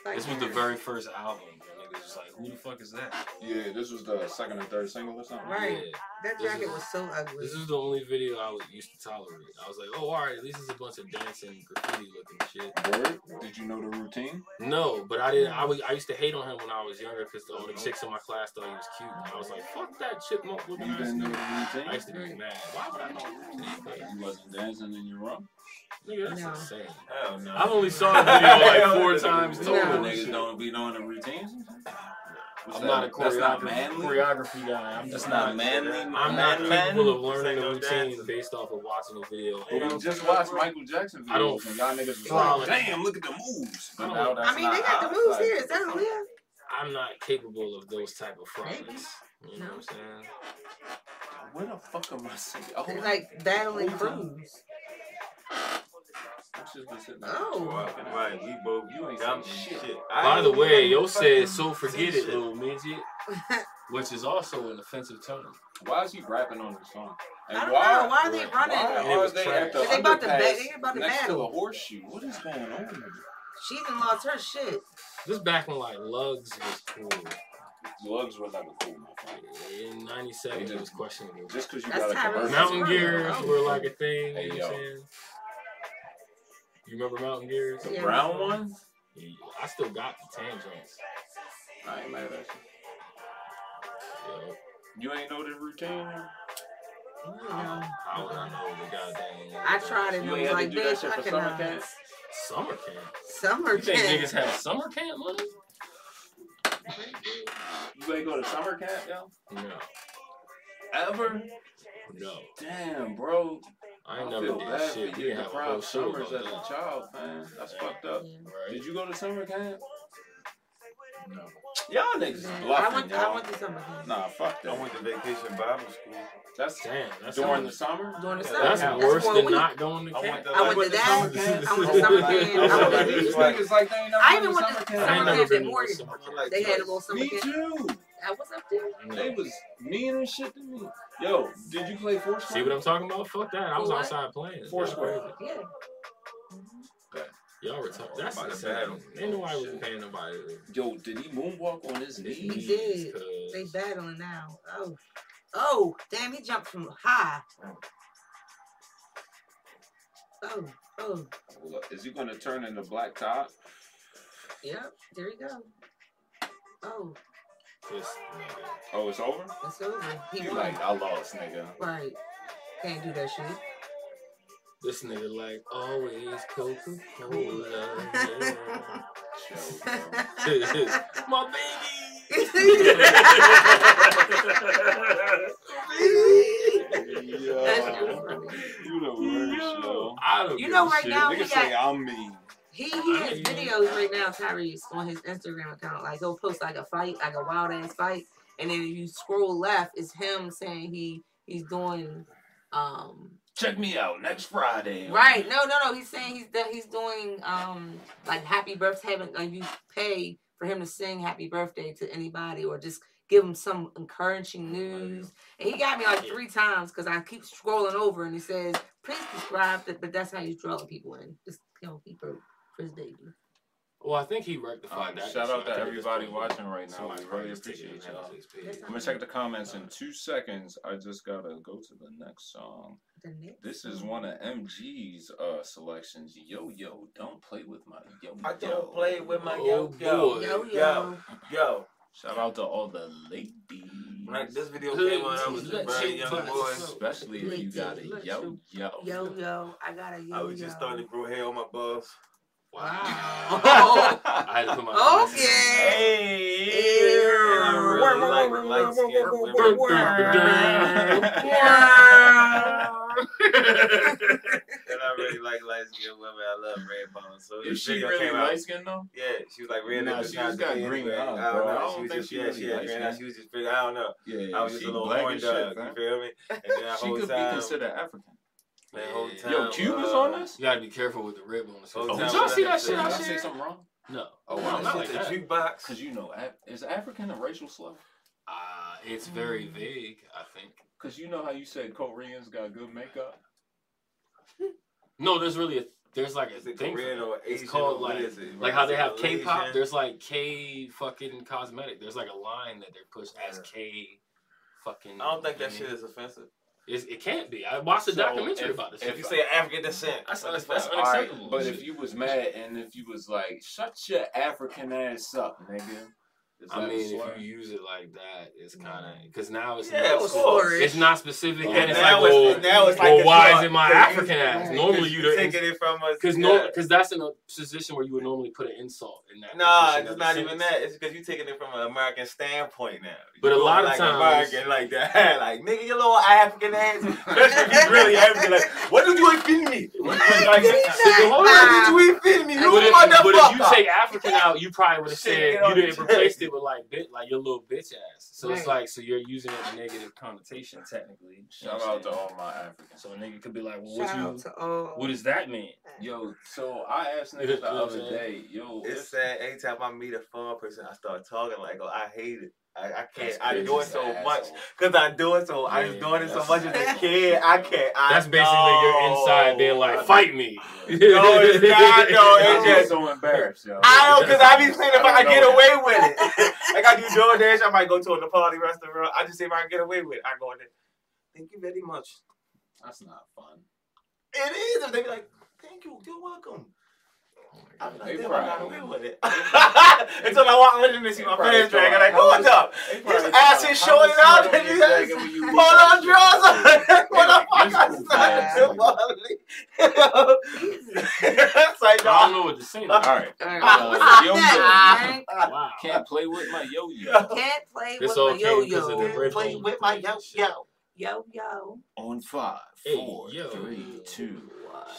Speaker 6: Like,
Speaker 1: This was the very first album. and Niggas was like, who the fuck is that?
Speaker 2: Yeah, this was the second and third single or something.
Speaker 6: Right.
Speaker 1: Yeah.
Speaker 6: that
Speaker 1: this
Speaker 6: jacket
Speaker 1: is-
Speaker 6: was so ugly.
Speaker 1: This is the only video I was used to tolerate. I was like, oh, all right, at least it's a bunch of dancing, graffiti looking shit.
Speaker 2: Word? Did you know the routine?
Speaker 1: No, but I didn't. I was. I used to hate on him when I was younger because all the chicks in my class thought he was cute. And I was like, fuck that chipmunk
Speaker 2: You
Speaker 1: looking ass
Speaker 2: didn't know
Speaker 1: nigga.
Speaker 2: the
Speaker 1: I used
Speaker 2: routine?
Speaker 1: to be mad. Why would I know?
Speaker 2: You wasn't dancing in your room?
Speaker 1: Nigga, that's
Speaker 6: No.
Speaker 1: insane.
Speaker 5: Hell no.
Speaker 1: I've only saw the video like four
Speaker 2: Hell,
Speaker 1: times
Speaker 2: niggas
Speaker 1: total.
Speaker 6: No.
Speaker 1: and
Speaker 2: Niggas
Speaker 1: shit.
Speaker 2: don't be knowing the routines. What's
Speaker 1: I'm not a
Speaker 2: that? That's not
Speaker 1: choreographer-
Speaker 2: manly.
Speaker 1: choreography guy. I'm
Speaker 2: That's
Speaker 1: just
Speaker 2: not
Speaker 1: not.
Speaker 2: manly.
Speaker 1: I'm not
Speaker 2: man, man.
Speaker 1: capable of learning
Speaker 5: This
Speaker 1: a
Speaker 5: ain't no
Speaker 1: routine
Speaker 5: dancing.
Speaker 1: based off of watching a video.
Speaker 2: But we just watched Michael Jackson
Speaker 1: I don't
Speaker 2: videos and y'all niggas was
Speaker 1: frolic.
Speaker 2: like, damn, look at the moves. But
Speaker 1: I
Speaker 2: now
Speaker 1: don't-
Speaker 2: that's
Speaker 6: I mean, they
Speaker 2: not
Speaker 6: got the
Speaker 2: us,
Speaker 6: moves
Speaker 2: like-
Speaker 6: here. Is that Aaliyah?
Speaker 1: I'm not capable of those type of frolics. You know
Speaker 6: No.
Speaker 1: what I'm saying?
Speaker 2: Where the fuck am I sitting? Oh,
Speaker 6: They're like battling crews.
Speaker 2: I'm just gonna sit down.
Speaker 6: Oh,
Speaker 5: Fucking right, we both
Speaker 2: You ain't
Speaker 5: dumb
Speaker 2: saying
Speaker 5: shit.
Speaker 2: shit.
Speaker 5: I
Speaker 1: By
Speaker 5: ain't
Speaker 1: the
Speaker 5: even
Speaker 1: way, yo
Speaker 5: fucking-
Speaker 1: said so forget it,
Speaker 5: shit.
Speaker 1: little midget, which is also an offensive term.
Speaker 2: Why is he rapping on the song? And
Speaker 6: I don't know. Why are they
Speaker 1: Right.
Speaker 6: running?
Speaker 2: Why
Speaker 1: It
Speaker 2: are
Speaker 1: was
Speaker 2: they
Speaker 1: trash.
Speaker 2: at the
Speaker 6: They about to ba-
Speaker 2: underpass
Speaker 6: they about to
Speaker 2: next to a
Speaker 6: battle.
Speaker 2: horseshoe? What is going on?
Speaker 6: She even lost her shit.
Speaker 1: This back when like lugs was cool.
Speaker 2: Lugs were never cool, my friend.
Speaker 1: In '97, it was questionable.
Speaker 2: Just because you
Speaker 6: That's
Speaker 2: got a
Speaker 6: Tyra's
Speaker 2: commercial.
Speaker 1: Mountain
Speaker 6: Right.
Speaker 1: gears were like a thing.
Speaker 2: Hey,
Speaker 1: you know
Speaker 2: yo.
Speaker 1: what I'm saying? You remember mountain gears?
Speaker 2: The brown one?
Speaker 1: Yeah, I still got the tan joints.
Speaker 2: I ain't mad at you.
Speaker 1: Yo,
Speaker 2: You ain't know the routine?
Speaker 6: No.
Speaker 1: how would I know the goddamn?
Speaker 6: I tried it
Speaker 2: You
Speaker 6: and
Speaker 2: ain't
Speaker 6: was
Speaker 2: had to
Speaker 6: like,
Speaker 2: do that
Speaker 6: bitch,
Speaker 2: shit
Speaker 6: I
Speaker 2: for summer
Speaker 6: cannot.
Speaker 2: camp?
Speaker 1: Summer camp.
Speaker 6: Summer
Speaker 1: You think
Speaker 6: camp.
Speaker 1: niggas have summer camp money?
Speaker 2: You ain't go to summer camp, yo?
Speaker 1: No,
Speaker 2: Ever?
Speaker 1: no.
Speaker 2: Damn, bro.
Speaker 1: I ain't
Speaker 2: I
Speaker 1: never
Speaker 2: feel
Speaker 1: did
Speaker 2: bad
Speaker 1: shit.
Speaker 2: for
Speaker 1: We
Speaker 2: you
Speaker 1: didn't have a
Speaker 2: deprived
Speaker 1: whole show
Speaker 2: summers
Speaker 1: about
Speaker 2: as a
Speaker 1: that.
Speaker 2: child, man. That's fucked up.
Speaker 1: Right?
Speaker 2: Did you go to summer camp?
Speaker 1: No.
Speaker 2: Y'all niggas is
Speaker 6: Yeah. Mm. I
Speaker 2: bluffing,
Speaker 6: went. I
Speaker 2: y'all.
Speaker 6: went to summer camp.
Speaker 2: Nah, fuck
Speaker 5: I
Speaker 2: that.
Speaker 5: went to vacation Bible school.
Speaker 2: That's
Speaker 1: Damn, that's
Speaker 2: during the summer.
Speaker 6: During the
Speaker 2: Yeah,
Speaker 6: summer.
Speaker 1: That's
Speaker 2: how-
Speaker 6: That's
Speaker 1: worse
Speaker 6: when
Speaker 1: than
Speaker 6: we-
Speaker 1: not going to
Speaker 5: I
Speaker 1: camp.
Speaker 5: went to
Speaker 6: I went
Speaker 5: like,
Speaker 6: to that.
Speaker 2: summer camp.
Speaker 6: I went to summer camp. I went
Speaker 5: Like,
Speaker 6: to
Speaker 5: it's
Speaker 2: These
Speaker 5: like-
Speaker 2: niggas like they ain't never
Speaker 6: I even
Speaker 2: went to
Speaker 6: went
Speaker 2: summer
Speaker 6: to
Speaker 1: I ain't
Speaker 6: summer
Speaker 2: camp.
Speaker 1: never
Speaker 6: camp
Speaker 1: been
Speaker 6: at
Speaker 1: to
Speaker 6: Morgan.
Speaker 1: summer camp.
Speaker 5: like,
Speaker 6: They had a little summer
Speaker 2: Me
Speaker 6: camp.
Speaker 2: too.
Speaker 6: I was up there.
Speaker 2: They
Speaker 1: No.
Speaker 2: was mean and shit to me. Yo, did you play Foursquare?
Speaker 1: See what I'm talking about? Fuck that. I was
Speaker 6: What?
Speaker 1: outside playing.
Speaker 2: Foursquare.
Speaker 6: Yeah.
Speaker 1: Y'all retired. That's
Speaker 5: About to
Speaker 1: insane.
Speaker 5: battle.
Speaker 1: They knew
Speaker 2: Oh,
Speaker 1: I wasn't paying nobody.
Speaker 2: Yo, did he moonwalk on his
Speaker 1: His
Speaker 2: knees?
Speaker 1: knees,
Speaker 6: did.
Speaker 1: cuz.
Speaker 6: They battling now. Oh. Oh, damn, he jumped from high. Oh, oh,
Speaker 2: Hold up, Is he gonna turn into black top?
Speaker 6: yep, there you go. Oh,
Speaker 1: This nigga.
Speaker 2: Oh, it's over.
Speaker 6: it's over. He
Speaker 2: You
Speaker 6: won.
Speaker 2: like I lost, nigga.
Speaker 6: Right. Can't do that shit.
Speaker 1: This nigga like always Coca Cola.
Speaker 2: Yo, bro.
Speaker 1: My
Speaker 2: Yo.
Speaker 6: That's just funny.
Speaker 2: You the
Speaker 1: baby.
Speaker 2: worst, yo.
Speaker 1: I don't
Speaker 6: You
Speaker 1: give
Speaker 6: know
Speaker 1: a
Speaker 6: right
Speaker 1: shit.
Speaker 6: now we
Speaker 2: Niggas say I'm mean.
Speaker 6: He he has videos right now, Tyrese, on his Instagram account. Like he'll post like a fight, like a wild ass fight, and then if you scroll left, it's him saying he he's doing um
Speaker 2: Check me out next Friday.
Speaker 6: right. No, no, no. He's saying he's that he's doing um like happy birthday. Having like you pay for him to sing happy birthday to anybody, or just give him some encouraging news. And he got me like three times because I keep scrolling over, and he says, "Please subscribe." To, but that's how you draw people in. Just you know, he broke for his debut.
Speaker 1: Well, I think he
Speaker 2: Um,
Speaker 1: rectified that.
Speaker 2: shout out
Speaker 1: I
Speaker 2: to
Speaker 1: think
Speaker 2: everybody
Speaker 1: it's-
Speaker 2: watching right now.
Speaker 1: Somebody
Speaker 2: We really
Speaker 1: probably just taking
Speaker 2: appreciate
Speaker 1: it off
Speaker 2: y'all.
Speaker 1: his page.
Speaker 6: That's
Speaker 2: I'm gonna check the comments in two seconds. I just gotta go to the next song.
Speaker 6: The next
Speaker 2: This is one of MG's uh selections. Yo yo, don't play with my yo
Speaker 5: I
Speaker 2: yo.
Speaker 5: don't play with my
Speaker 1: Oh,
Speaker 5: yo yo.
Speaker 1: boy.
Speaker 6: Yo,
Speaker 5: Yo,
Speaker 6: yo.
Speaker 5: yo.
Speaker 2: Shout out to all the ladies.
Speaker 5: Like this video came out, I was a
Speaker 1: Let
Speaker 5: very
Speaker 1: you
Speaker 5: young
Speaker 1: touch
Speaker 5: boy.
Speaker 1: yourself.
Speaker 2: Especially if you got a
Speaker 1: Let
Speaker 2: yo
Speaker 1: you-
Speaker 2: yo.
Speaker 6: Yo, yo. I got a yo,
Speaker 5: I was just
Speaker 6: yo.
Speaker 5: starting to grow hair on my balls.
Speaker 2: Oh.
Speaker 6: Wow.
Speaker 1: I had to put my
Speaker 6: okay.
Speaker 5: And I really like light skinned women. And I really like light skinned women. I love red bones. So
Speaker 2: Is
Speaker 5: this
Speaker 2: she
Speaker 5: video
Speaker 2: really
Speaker 5: came out-
Speaker 2: light skinned though?
Speaker 5: Yeah, she was like red.
Speaker 2: Nah,
Speaker 5: at the
Speaker 2: she
Speaker 5: time,
Speaker 2: just got
Speaker 5: she
Speaker 2: green
Speaker 5: had-
Speaker 2: eyes,
Speaker 5: I
Speaker 2: bro.
Speaker 5: don't
Speaker 2: I
Speaker 5: know.
Speaker 2: don't
Speaker 5: She was
Speaker 2: think
Speaker 5: just
Speaker 2: she
Speaker 5: yeah,
Speaker 2: really
Speaker 5: she had
Speaker 2: light
Speaker 5: green eyes.
Speaker 2: skinned.
Speaker 5: She was just big. I don't know.
Speaker 2: Yeah,
Speaker 5: I was just
Speaker 2: she
Speaker 5: a little
Speaker 2: black
Speaker 5: horn
Speaker 2: as shit,
Speaker 5: dog. You
Speaker 2: man.
Speaker 5: feel me? And then that
Speaker 2: She
Speaker 5: whole
Speaker 2: could be
Speaker 5: time,
Speaker 2: considered African.
Speaker 5: that whole
Speaker 1: Yo,
Speaker 5: time,
Speaker 2: Yo, Cuba's
Speaker 5: uh,
Speaker 2: on this?
Speaker 1: You gotta be careful with the rib on the
Speaker 5: Oh,
Speaker 1: Oh,
Speaker 5: time
Speaker 1: did y'all
Speaker 5: was
Speaker 1: see
Speaker 5: that
Speaker 1: that shit
Speaker 2: Did
Speaker 5: shit?
Speaker 1: out there?
Speaker 2: I say something wrong?
Speaker 1: No.
Speaker 2: Oh,
Speaker 5: Oh,
Speaker 2: I'm
Speaker 5: I'm
Speaker 2: not
Speaker 5: at
Speaker 1: like
Speaker 5: the
Speaker 1: that.
Speaker 5: jukebox.
Speaker 2: Cause you know, Af- is African a racial slur?
Speaker 1: Uh, it's
Speaker 2: Mm.
Speaker 1: very vague, I think.
Speaker 2: Cause you know how you said Koreans got good makeup.
Speaker 1: No, there's really a there's like a
Speaker 5: Is it
Speaker 1: thing. for
Speaker 5: Korean
Speaker 1: that.
Speaker 5: or Asian?
Speaker 1: It's called
Speaker 5: or what
Speaker 1: like
Speaker 5: is it?
Speaker 1: like how they
Speaker 5: Is it
Speaker 1: have K-pop.
Speaker 5: Malaysian?
Speaker 1: There's like K fucking cosmetic. There's like a line that they push as K fucking.
Speaker 5: I don't think that shit is offensive.
Speaker 1: It's, it can't be. I watched a
Speaker 2: So,
Speaker 1: documentary
Speaker 2: if-
Speaker 1: about this.
Speaker 5: If
Speaker 1: shit.
Speaker 5: you say African descent,
Speaker 1: That's-
Speaker 5: what the
Speaker 1: that's-
Speaker 5: fuck?
Speaker 1: that's- Unacceptable.
Speaker 2: but if you was mad and if you was like, shut your African ass up, nigga. Is
Speaker 1: I
Speaker 2: that a
Speaker 1: mean,
Speaker 2: slur?
Speaker 1: if you use it like that, it's kind of because now it's
Speaker 5: Yeah,
Speaker 1: not,
Speaker 5: of
Speaker 1: it's-
Speaker 5: course.
Speaker 1: It's not specific,
Speaker 2: Oh,
Speaker 1: and it's
Speaker 5: now
Speaker 1: like,
Speaker 5: it's-
Speaker 1: well,
Speaker 5: now it's like
Speaker 1: well,
Speaker 5: a
Speaker 1: why
Speaker 5: drug.
Speaker 1: is it my
Speaker 5: 'Cause you-
Speaker 1: African ass?
Speaker 5: because
Speaker 1: Normally,
Speaker 5: you
Speaker 1: you the
Speaker 5: taking it from us.
Speaker 1: because
Speaker 5: yeah.
Speaker 1: no, because that's in a position where you would normally put an insult in that.
Speaker 5: Nah,
Speaker 1: position
Speaker 5: it's
Speaker 1: of
Speaker 5: not
Speaker 1: defense.
Speaker 5: even that. It's because you're taking it from an American standpoint now.
Speaker 1: But a
Speaker 5: You
Speaker 1: lot of
Speaker 5: like
Speaker 1: times-
Speaker 5: American like that, like nigga, you little African ass. Especially if you really African, like, what did you offend me? What did you
Speaker 1: Hold
Speaker 6: Ah.
Speaker 1: on.
Speaker 5: you offend me?
Speaker 1: But
Speaker 5: You
Speaker 1: if, but if you
Speaker 5: motherfucker.
Speaker 1: take African out, you probably would have
Speaker 5: Shit,
Speaker 1: said
Speaker 5: get on
Speaker 1: you didn't
Speaker 5: the
Speaker 1: replace
Speaker 5: train.
Speaker 1: it with like bit, like your little bitch ass. So it's
Speaker 6: Right.
Speaker 1: like so you're using it in a negative connotation technically. You know
Speaker 2: Shout
Speaker 1: what I'm
Speaker 2: out to
Speaker 1: saying?
Speaker 2: all my Africans.
Speaker 1: So a nigga could be like, well,
Speaker 6: Shout out
Speaker 1: what you,
Speaker 6: to all.
Speaker 1: what does that mean?
Speaker 2: Yo, so I asked niggas the other day, yo,
Speaker 5: It's
Speaker 2: if-
Speaker 5: sad. Anytime I meet a foreign person, I start talking like, oh, I hate it. I, I
Speaker 2: that's
Speaker 5: can't. I do it
Speaker 2: bitches,
Speaker 5: so
Speaker 2: asshole.
Speaker 5: much because I do it so. I was
Speaker 1: Yeah,
Speaker 5: doing it so
Speaker 2: that's-
Speaker 5: much as a kid. I can't. I
Speaker 1: That's basically your inside being like,
Speaker 5: know.
Speaker 1: fight me.
Speaker 2: Yeah.
Speaker 5: No, it's not, no,
Speaker 2: I'm
Speaker 5: it's
Speaker 2: just
Speaker 5: just-
Speaker 2: so embarrassed, yo.
Speaker 5: I don't, cause I be saying if I,
Speaker 2: I
Speaker 5: I
Speaker 2: don't
Speaker 5: get
Speaker 2: know
Speaker 5: away with it. like I do DoorDash, I might go to a Nepali restaurant. I just see if I can get away with it. I go in there. Thank you very much.
Speaker 2: That's not fun.
Speaker 5: It is. If they be like, thank you, you're welcome. I was like,
Speaker 2: They
Speaker 5: damn, I got
Speaker 2: probably-
Speaker 5: away with it. Until I walked with him and see my
Speaker 2: They
Speaker 5: pants
Speaker 2: probably
Speaker 5: drag. I'm like, what's up? His ass is showing out. and you guys- Pull on drawers on. What the fuck? I said, Molly. It's
Speaker 1: I
Speaker 5: like,
Speaker 1: don't
Speaker 5: no.
Speaker 1: know what to say.
Speaker 2: All
Speaker 1: now.
Speaker 2: right,
Speaker 6: All right.
Speaker 2: Uh,
Speaker 6: What's up
Speaker 2: yo-yo.
Speaker 6: next, man?
Speaker 1: Wow.
Speaker 2: can't play with my yo-yo.
Speaker 6: Can't play
Speaker 1: This
Speaker 6: with
Speaker 1: all
Speaker 6: my
Speaker 1: came 'cause of
Speaker 6: yo-yo.
Speaker 1: the red
Speaker 4: Play
Speaker 1: bone
Speaker 4: with my
Speaker 1: thing.
Speaker 4: yo yo.
Speaker 6: Yo yo.
Speaker 2: On five,
Speaker 1: Hey,
Speaker 2: four,
Speaker 1: yo.
Speaker 2: three, two.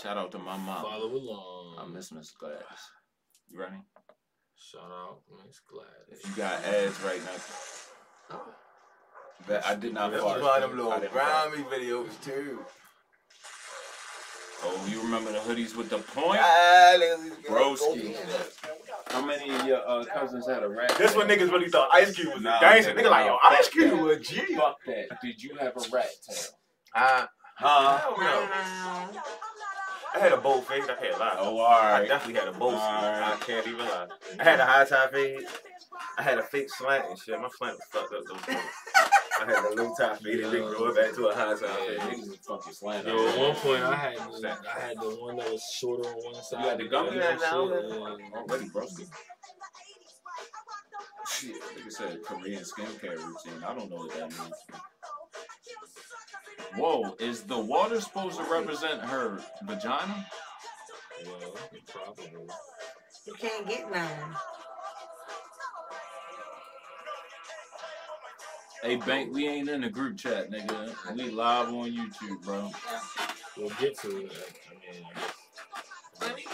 Speaker 2: Shout out to my mom.
Speaker 1: Follow along.
Speaker 2: I miss Miss Glass. You ready?
Speaker 1: Shout out, Miss Gladys.
Speaker 2: If you got ads right now,
Speaker 1: Oh.
Speaker 2: that I did not
Speaker 5: That's
Speaker 1: Fuck.
Speaker 5: one
Speaker 2: fart.
Speaker 5: of them
Speaker 2: I
Speaker 5: little
Speaker 2: didn't
Speaker 5: grimy videos too.
Speaker 2: Oh, you remember the hoodies with the point?
Speaker 5: Ah, niggas used to get
Speaker 2: Broski.
Speaker 5: open.
Speaker 2: How many of your uh, cousins had a rat?
Speaker 5: That's when niggas really thought Ice Cube was
Speaker 2: Nah,
Speaker 5: a gangster.
Speaker 2: nigga,
Speaker 5: Nigga like,
Speaker 2: nah,
Speaker 5: yo,
Speaker 2: fuck
Speaker 5: Ice Cube
Speaker 2: that.
Speaker 5: was G.
Speaker 2: Fuck that. Did you have a rat tail?
Speaker 5: Uh,
Speaker 2: Huh?
Speaker 5: Hell no. I had a bold face. I can't lie.
Speaker 2: Oh,
Speaker 5: I
Speaker 2: alright.
Speaker 5: definitely had a bold face. I
Speaker 2: Alright.
Speaker 5: can't even lie. I had a high top fade. I had a fake slant and shit. My slant was fucked up though. I had a low top fade and then grow it back to a high top
Speaker 2: Yeah,
Speaker 5: fade.
Speaker 2: niggas was fucking slant.
Speaker 1: Yo, at one point I had the, I had the one that was shorter on one side.
Speaker 2: had the gummy
Speaker 1: and
Speaker 5: hat now,
Speaker 1: shorter
Speaker 5: man?
Speaker 1: on-
Speaker 2: Already broski. Shit, nigga said Korean skincare routine. I don't know what that means. Whoa, is the water supposed to represent her vagina?
Speaker 1: Well, probably.
Speaker 6: You can't get none.
Speaker 2: Hey, Bank, we ain't in the group chat, nigga. We live on YouTube, bro.
Speaker 1: We'll get to it. I mean, I guess.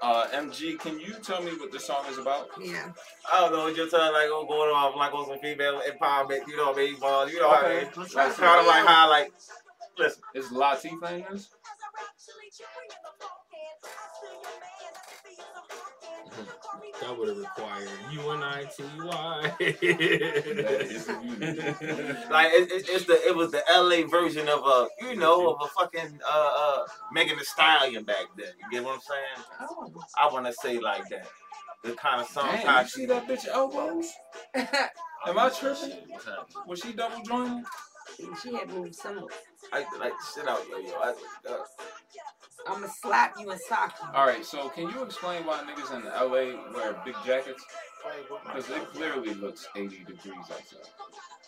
Speaker 2: Uh, MG, can you tell me what the song is about?
Speaker 6: Yeah.
Speaker 5: I don't know what you're telling like oh, going off like on some female empowerment, you know what I mean, ball, you know what I mean.
Speaker 2: It's
Speaker 5: That's kind of like how like listen,
Speaker 2: Is Latifah in this?
Speaker 1: That would have required U-N-I-T-Y.
Speaker 5: like it, it, it's the it was the LA version of a you know of a fucking uh uh Megan Thee Stallion back then. You get what I'm saying?
Speaker 6: Oh.
Speaker 5: I want to say like that. The kind of song
Speaker 2: Damn,
Speaker 5: I
Speaker 2: you see that bitch elbows? Am I tripping? Was she double jointed?
Speaker 6: she had moved some.
Speaker 5: I like shit out yo yo. I, uh,
Speaker 6: I'm gonna slap you and sock you.
Speaker 2: All right, so can you explain why niggas in LA wear big jackets? Because it clearly looks 80 degrees outside.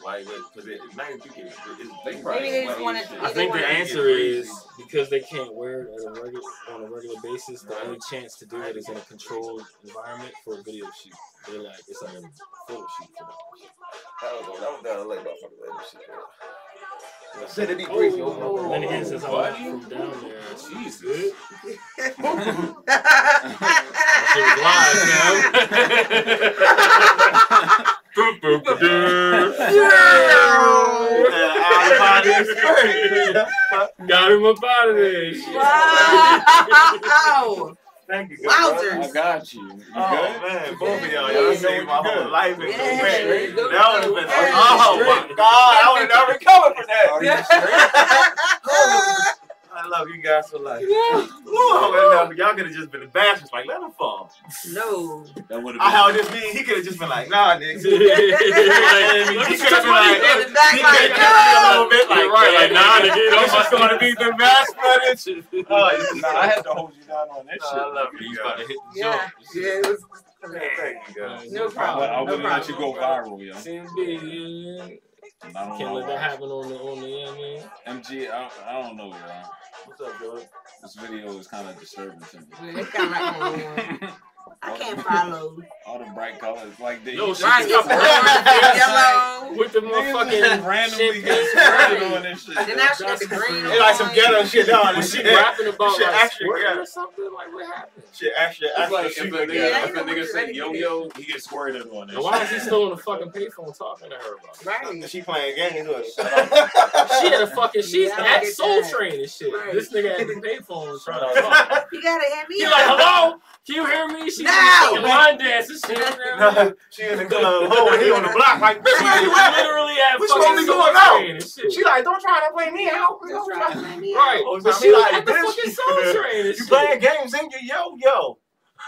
Speaker 5: like because it, 93 it, it's
Speaker 2: They
Speaker 5: right.
Speaker 2: probably
Speaker 6: Maybe they just
Speaker 2: sweaty
Speaker 6: wanted
Speaker 2: as
Speaker 1: I
Speaker 2: shit.
Speaker 1: think the
Speaker 6: Either way.
Speaker 1: answer is because they can't wear it at a regular, on a regular basis. The only chance to do it is in a controlled environment for a video shoot. They're like, it's like a photo shoot for them.
Speaker 5: I don't know. That was down LA motherfucker. That shit.
Speaker 1: Yeah.
Speaker 5: Said it be crazy. yo, yo.
Speaker 1: And Oh, then again, since I
Speaker 2: What?
Speaker 1: was from down there, it's
Speaker 2: Jesus.
Speaker 1: good. Got him up out of there.
Speaker 6: Wow.
Speaker 5: Thank you.
Speaker 2: I
Speaker 6: Wowzers.
Speaker 2: got you. You
Speaker 5: Oh
Speaker 2: good?
Speaker 5: man, both of y'all, y'all saved my whole life. and
Speaker 6: Yeah.
Speaker 5: career.
Speaker 6: Go,
Speaker 5: That would have
Speaker 6: go,
Speaker 5: been.
Speaker 6: go.
Speaker 5: Oh my god, I would have not recovered from that. I love you guys for life. Lord, man, y'all could have just been bastards. Like, let him fall.
Speaker 6: No.
Speaker 2: That would
Speaker 5: I
Speaker 2: have
Speaker 5: held this mean. He could have just been like, nah, nigga. He could
Speaker 1: Like,
Speaker 5: have been like,
Speaker 6: In the
Speaker 5: he
Speaker 6: back,
Speaker 5: could
Speaker 6: like, no.
Speaker 5: have just been a little bit like,
Speaker 1: You're right, like, nah, nigga,
Speaker 5: This is going to be the best footage.
Speaker 2: been.
Speaker 5: Oh, it's
Speaker 2: uh, Nah,
Speaker 5: not.
Speaker 2: I had to hold you down on that
Speaker 5: Nah,
Speaker 2: shit.
Speaker 5: I love
Speaker 1: He's
Speaker 5: you
Speaker 1: about
Speaker 5: guys.
Speaker 1: to hit the
Speaker 6: Yeah.
Speaker 1: jump.
Speaker 6: Yeah, it was.
Speaker 5: Thank you guys.
Speaker 6: No
Speaker 2: I would- I
Speaker 6: problem. No
Speaker 2: wouldn't let you
Speaker 6: problem.
Speaker 2: go viral, yo.
Speaker 1: CMB, yeah.
Speaker 2: I don't
Speaker 1: Can't let
Speaker 2: know.
Speaker 1: that happen on the on the end, man.
Speaker 2: MG, I, I don't know, yo.
Speaker 5: What's up, George?
Speaker 2: This video is kind of disturbing to me.
Speaker 6: Yeah, it's kinda like, mm, I can't follow.
Speaker 2: All the bright colors, like they
Speaker 1: Yo, shit,
Speaker 6: Right,
Speaker 1: just
Speaker 6: it's
Speaker 1: red,
Speaker 6: orange,
Speaker 1: With the
Speaker 2: motherfucking
Speaker 1: motherfucking
Speaker 2: randomly
Speaker 1: shit,
Speaker 2: get
Speaker 1: man.
Speaker 2: squirted on this shit.
Speaker 6: Then
Speaker 2: yo.
Speaker 6: I should have green.
Speaker 5: It's like some ghetto shit.
Speaker 1: Was
Speaker 5: Nah, this
Speaker 1: she
Speaker 5: shit.
Speaker 1: rapping about
Speaker 5: Shit,
Speaker 1: like
Speaker 5: actually,
Speaker 1: squirting
Speaker 5: yeah.
Speaker 1: or something? Like what happened?
Speaker 5: Shit, actually,
Speaker 2: It's
Speaker 5: actually,
Speaker 2: like if a
Speaker 5: shoot
Speaker 2: nigga,
Speaker 5: again.
Speaker 6: Yeah,
Speaker 2: if a
Speaker 6: you know
Speaker 2: nigga
Speaker 6: what
Speaker 2: say
Speaker 6: you
Speaker 2: yo
Speaker 6: ready
Speaker 2: yo, he gets squirted on this.
Speaker 1: And why is he
Speaker 2: shit.
Speaker 1: still on the fucking payphone talking to her about? it?
Speaker 6: Right.
Speaker 5: She playing games with us.
Speaker 1: She had a fucking. She's
Speaker 6: Yeah, I
Speaker 1: at
Speaker 6: get
Speaker 1: Soul
Speaker 6: that.
Speaker 1: Train and shit.
Speaker 6: Right.
Speaker 1: This nigga had the payphone trying to talk.
Speaker 6: You gotta hit me.
Speaker 1: He
Speaker 6: up.
Speaker 1: like, hello? Can you hear me? She
Speaker 6: No!
Speaker 1: fucking line dance and shit.
Speaker 5: No, she in the club, ho, and he on the block, like, bitch,
Speaker 1: She
Speaker 5: where you at?
Speaker 1: literally at
Speaker 5: We supposed to
Speaker 1: fucking
Speaker 5: be
Speaker 1: Soul
Speaker 5: going out.
Speaker 1: Train and shit.
Speaker 5: She like, don't try to play me out. Don't try to-
Speaker 1: Right,
Speaker 5: Oh,
Speaker 1: but
Speaker 5: so
Speaker 1: she
Speaker 5: I'm
Speaker 1: was
Speaker 5: like,
Speaker 1: at the
Speaker 5: bitch.
Speaker 1: fucking Soul Train and
Speaker 5: You
Speaker 1: shit.
Speaker 5: playing games in your yo yo.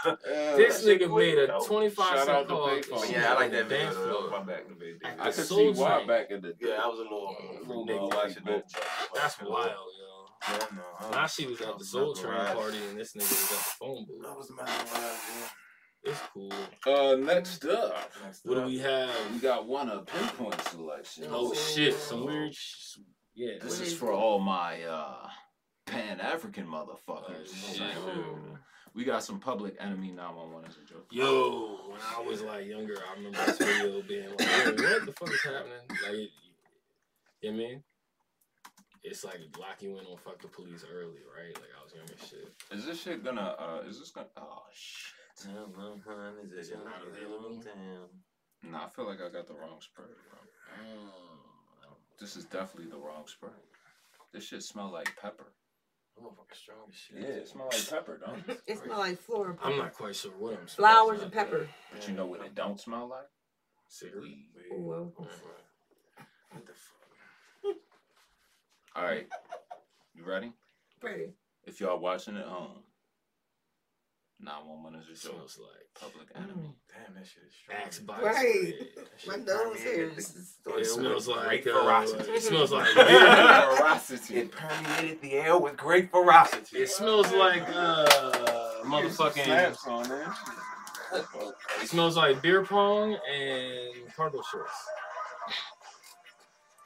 Speaker 1: This
Speaker 5: That shit
Speaker 1: nigga
Speaker 5: weird,
Speaker 1: made a
Speaker 5: though.
Speaker 1: 25
Speaker 2: Shout
Speaker 1: cent
Speaker 2: out to
Speaker 1: call.
Speaker 2: Payphone.
Speaker 1: She
Speaker 5: Oh, Yeah, I like
Speaker 1: on the
Speaker 5: that video.
Speaker 1: dance floor.
Speaker 5: though. My back in the video.
Speaker 2: I
Speaker 1: It's
Speaker 2: could
Speaker 1: Soul
Speaker 2: see why
Speaker 1: Train.
Speaker 2: back in the day.
Speaker 5: Yeah, I was a little,
Speaker 2: Yeah,
Speaker 5: little
Speaker 2: little
Speaker 5: watching that.
Speaker 1: That's wild, yo.
Speaker 5: Yeah, no, I
Speaker 1: Now
Speaker 5: don't-
Speaker 1: she was at the
Speaker 5: I'm
Speaker 1: Soul
Speaker 5: not
Speaker 1: Train
Speaker 5: gonna lie.
Speaker 1: party and this nigga was at the phone booth.
Speaker 7: was mad. Yeah.
Speaker 1: It's cool.
Speaker 2: Uh, next up,
Speaker 1: What do we have?
Speaker 2: we got one of pinpoint selection.
Speaker 1: Oh shit, some weird. Sh- yeah.
Speaker 2: This
Speaker 6: What
Speaker 2: is
Speaker 6: is
Speaker 2: for
Speaker 6: it?
Speaker 2: all my uh, Pan African
Speaker 1: Oh,
Speaker 2: motherfuckers.
Speaker 1: shit.
Speaker 2: We got some public enemy 911 as a joke.
Speaker 1: Yo, when I was like younger, I remember this video being like, "Yo, what the fuck is happening? Like, it, you know what I mean? It's like lock you in on fuck the police early, right? Like I was young as shit.
Speaker 2: Is this shit gonna? Uh, is this gonna? Oh shit.
Speaker 5: Tell them, honey, that you're not available town.
Speaker 2: Nah, I feel like I got the wrong spray, bro.
Speaker 1: Um,
Speaker 2: This is definitely the wrong spray. This shit smell like pepper. Yeah, it smell like pepper, don't it?
Speaker 6: It smells like floral.
Speaker 1: I'm not quite sure what I'm. supposed
Speaker 6: Flowers
Speaker 1: to-
Speaker 6: and pepper.
Speaker 2: But you know what it don't smell like?
Speaker 1: Cigarette.
Speaker 6: Ooh,
Speaker 1: What
Speaker 6: okay.
Speaker 1: the fuck?
Speaker 2: All right, you ready?
Speaker 6: Pretty.
Speaker 2: If y'all watching at home, 911
Speaker 1: It
Speaker 2: is a joke.
Speaker 1: smells like
Speaker 2: Public enemy.
Speaker 5: Damn, that shit is
Speaker 1: axe bite.
Speaker 6: Right.
Speaker 1: spread.
Speaker 6: My nose hairs. is-
Speaker 1: It smells like
Speaker 5: great
Speaker 1: uh,
Speaker 5: ferocity.
Speaker 1: it smells like
Speaker 5: Yeah.
Speaker 2: Ferocity.
Speaker 5: It permeated the air with great ferocity.
Speaker 1: it smells like uh motherfucking
Speaker 2: Snaps on there.
Speaker 1: it smells like beer pong and cargo shorts.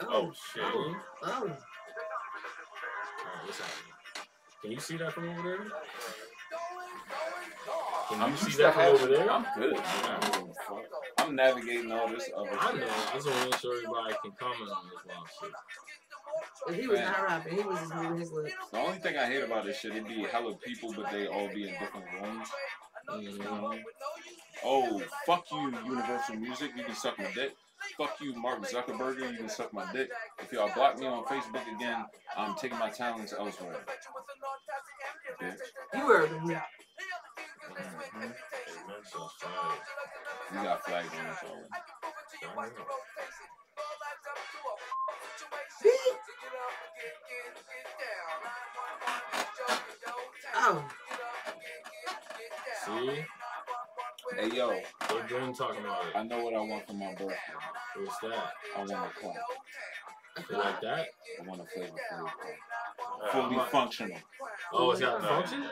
Speaker 2: Oh shit.
Speaker 6: Oh, oh.
Speaker 1: Alright, what's happening? Can you see that from over there? Can
Speaker 2: I'm
Speaker 1: you
Speaker 2: used
Speaker 1: see
Speaker 2: to
Speaker 1: that from
Speaker 2: having-
Speaker 1: over there?
Speaker 2: I'm
Speaker 1: I
Speaker 2: good. man. I'm navigating all this other
Speaker 1: know. I just want to make sure everybody can comment on this wild shit.
Speaker 6: If he was not rapping, he was just moving his lips.
Speaker 2: The only thing I hate about this shit, it be hella people, but they all be in different rooms.
Speaker 1: Mhm.
Speaker 2: Oh, fuck you, Universal Music, you can suck my dick. Fuck you, Mark Zuckerberg, you can suck my dick. If y'all block me on Facebook again, I'm taking my talents elsewhere. Bitch.
Speaker 6: You were the
Speaker 2: We got flagged on this already.
Speaker 6: Oh,
Speaker 1: See?
Speaker 2: Hey yo,
Speaker 1: They're done talking about
Speaker 2: I
Speaker 1: it.
Speaker 2: know what I want for my birthday.
Speaker 1: What's that?
Speaker 2: I want a clock.
Speaker 1: You like that?
Speaker 2: I want a flavor for
Speaker 1: Uh,
Speaker 2: Fully
Speaker 1: I'm-
Speaker 2: functional.
Speaker 1: oh, it's got a function?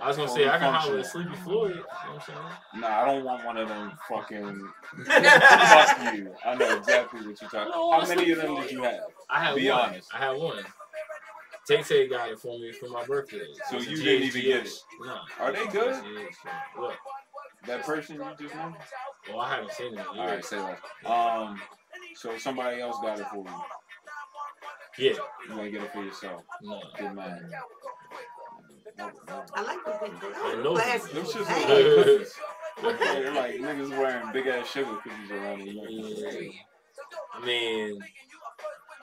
Speaker 1: I was gonna say I can holler at Sleepy Floyd. You know what I'm
Speaker 2: Nah, I don't want one of them fucking
Speaker 6: oh.
Speaker 2: Fuck you. I know exactly what you're talking How many of them did you have?
Speaker 1: I had
Speaker 2: Be
Speaker 1: one.
Speaker 2: honest.
Speaker 1: I had one. Tay Tay got it for me for my birthday.
Speaker 2: So
Speaker 1: It's a
Speaker 2: you didn't even get
Speaker 1: GHGH. Nah.
Speaker 2: Are they good?
Speaker 1: What?
Speaker 2: That person you just know?
Speaker 1: Well, I haven't seen them in
Speaker 2: All right,
Speaker 1: years.
Speaker 2: say that. Um, so somebody else got it for you.
Speaker 1: Yeah.
Speaker 2: You want to get it for yourself.
Speaker 1: No.
Speaker 2: Good man.
Speaker 6: I like the thing.
Speaker 1: I know.
Speaker 6: Glasses.
Speaker 2: Them shits
Speaker 6: Hey.
Speaker 2: look like cookies. They're like niggas wearing big ass sugar cookies around the
Speaker 1: Yeah. I mean,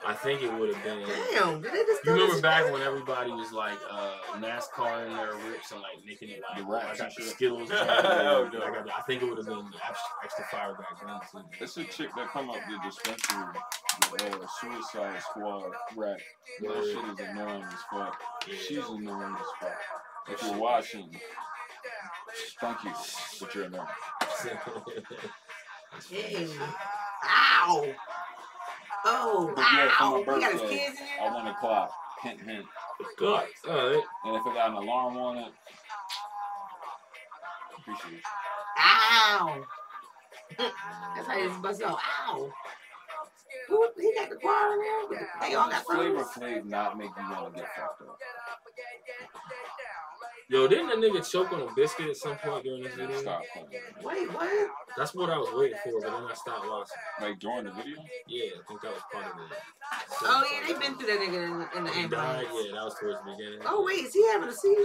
Speaker 1: I think it would have been. You
Speaker 6: Damn, did they just do
Speaker 1: remember
Speaker 6: this?
Speaker 1: back when everybody was like uh, NASCAR in their rips and like nicking it
Speaker 2: The
Speaker 1: like,
Speaker 2: rap
Speaker 1: I got the
Speaker 2: shit.
Speaker 1: Skittles. and
Speaker 2: Oh, no.
Speaker 1: I, got the, I think it would have been extra, extra fire back then. too.
Speaker 2: It's a chick that come up the dispensary with uh, Suicide Squad rap. That shit Oh, is annoying as fuck. She's annoying as fuck. If you're watching, thank you, but you're annoying.
Speaker 6: Damn. Ow. Oh,
Speaker 2: But yeah, for
Speaker 6: ow.
Speaker 2: my
Speaker 6: We got his
Speaker 2: birthday,
Speaker 6: kids in here.
Speaker 2: I want a clock. Hint, hint.
Speaker 1: God, all right.
Speaker 2: And if it got an alarm on it, appreciate it.
Speaker 6: Ow. That's how you supposed to go. Ow. Who, he got the choir in there? with the- They all got
Speaker 2: Flavor
Speaker 6: songs.
Speaker 2: Flav not make you want to get fucked up.
Speaker 1: Yo, didn't a nigga choke on a biscuit at some point during this video?
Speaker 2: Stop playing.
Speaker 6: Wait, what?
Speaker 1: That's what I was waiting for, but then I stopped watching.
Speaker 2: Like during the video?
Speaker 1: Yeah, I think that was part of it.
Speaker 6: Oh, yeah, they've been through that nigga in the,
Speaker 1: He
Speaker 6: in the
Speaker 1: died.
Speaker 6: ambulance.
Speaker 1: Yeah, Oh, that was towards the beginning.
Speaker 6: um, Oh, wait, is he having a seizure?